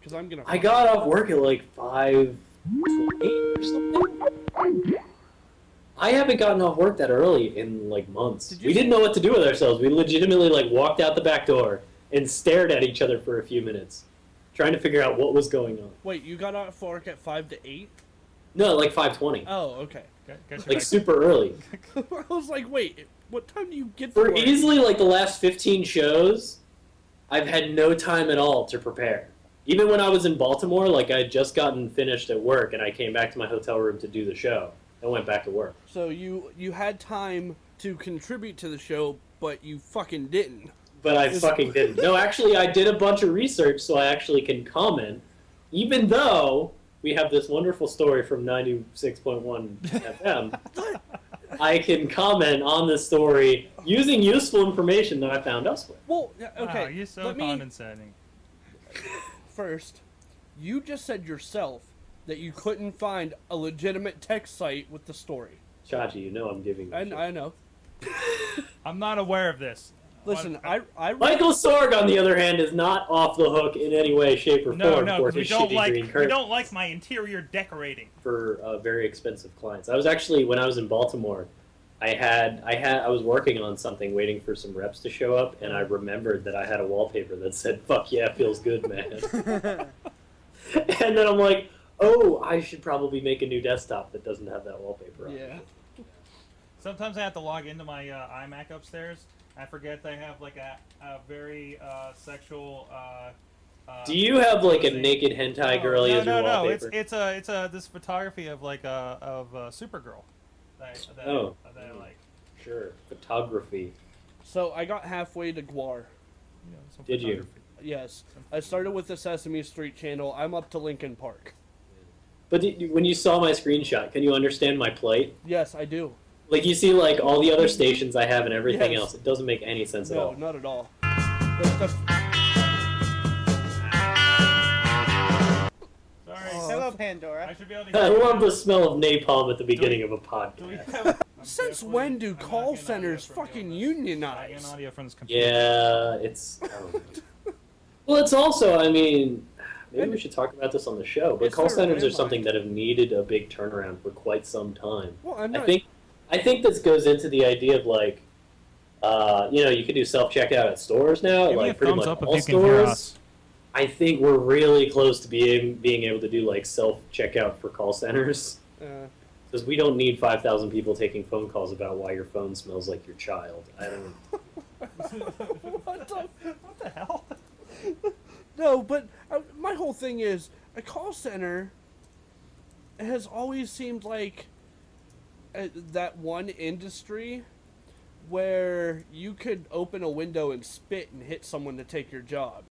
S3: Because I'm gonna.
S4: I got off work at like five or something. I haven't gotten off work that early in like months. we didn't know what to do with ourselves. We legitimately like walked out the back door and stared at each other for a few minutes, trying to figure out what was going on.
S3: Wait, you got off work at five to eight?
S4: No, like five twenty,
S3: Oh, okay.
S1: Got- got your
S4: like
S1: back.
S4: super early.
S3: [laughs] I was like, wait, what time do you get to
S4: For
S3: work?
S4: easily like the last fifteen shows, I've had no time at all to prepare. Even when I was in Baltimore, like I had just gotten finished at work and I came back to my hotel room to do the show. I went back to work.
S3: So you you had time to contribute to the show, but you fucking didn't.
S4: But I
S3: Is-
S4: fucking didn't. No, actually, I did a bunch of research so I actually can comment, even though we have this wonderful story from 96.1
S1: [laughs]
S4: FM. I can comment on this story using useful information that I found elsewhere.
S3: Well, yeah, okay.
S1: Wow, you're so
S3: let me
S1: condescending.
S3: first. You just said yourself that you couldn't find a legitimate text site with the story.
S4: Chachi, you know I'm giving you
S3: I,
S4: shit.
S3: I know.
S1: I'm not aware of this.
S3: Listen,
S1: What-
S3: I I read,
S4: Michael Sorg, on the other hand, is not off the hook in any way, shape, or
S1: No,
S4: form
S1: no,
S4: for
S1: because we
S4: his
S1: don't
S4: shitty
S1: like
S4: green
S1: we
S4: curtain
S1: don't like my interior decorating.
S4: for uh, very expensive clients. I was actually when I was in Baltimore, I had I had I was working on something, waiting for some reps to show up, and I remembered that I had a wallpaper that said "Fuck yeah, feels good, man." [laughs] and then I'm like, oh, I should probably make a new desktop that doesn't have that wallpaper on. it."
S3: yeah.
S1: Sometimes I have to log into my uh, iMac upstairs. I forget they have like a, a very uh, sexual. Uh, uh,
S4: Do you have like a
S1: thing.
S4: naked hentai girl
S1: no,
S4: as
S1: no,
S4: your
S1: no. It's
S4: wallpaper?
S1: it's a it's a this photography of like uh of uh, Supergirl. That, that,
S4: Oh.
S1: that I like.
S4: Sure, photography.
S3: So I got halfway to Guar.
S1: You know, some
S4: Did you?
S1: photography.
S3: Yes, I started with the Sesame Street channel. I'm up to Lincoln Park.
S4: But did, you- when you saw my screenshot, can you understand my plight?
S3: Yes, I do.
S4: Like you see, like all the other stations I have and everything
S3: Yes.
S4: else, it doesn't make any sense at
S3: No,
S4: all.
S3: not at all. But uh, the-
S1: Sorry.
S2: Hello,
S3: Oh.
S1: I
S2: Pandora.
S1: should be able to.
S4: [laughs] I
S1: hear-
S4: love the smell of napalm at the beginning
S1: Do
S4: of a
S1: Do we
S4: podcast.
S1: have-
S3: Since
S1: I'm
S3: when do
S1: not getting
S3: call
S1: audio
S3: centers
S1: from the
S3: fucking
S1: other- I get an
S3: unionize?
S1: audio from this computer.
S4: Yeah,
S1: [laughs]
S4: it's. I don't know. well, it's also. I mean, maybe we should talk about this on the show. But
S3: It's
S4: call
S3: their
S4: centers are
S3: landline.
S4: something that have needed a big turnaround for quite some time.
S3: Well, I'm
S4: I
S3: not.
S4: think. I think this goes into the idea of like, uh, you know, you can do self checkout at stores now.
S1: Give
S4: like
S1: me a
S4: pretty
S1: thumbs
S4: much
S1: up
S4: all
S1: if you can
S4: stores.
S1: hear us.
S4: I think we're really close to being being able to do like self checkout for call centers
S3: uh,
S4: because we don't need five thousand people taking phone calls about why your phone smells like your child. I don't.
S3: what the
S1: [laughs] What the hell? [laughs]
S3: No, but uh, my whole thing is a call center has always seemed like uh, that one industry where you could open a window and spit and hit someone to take your job.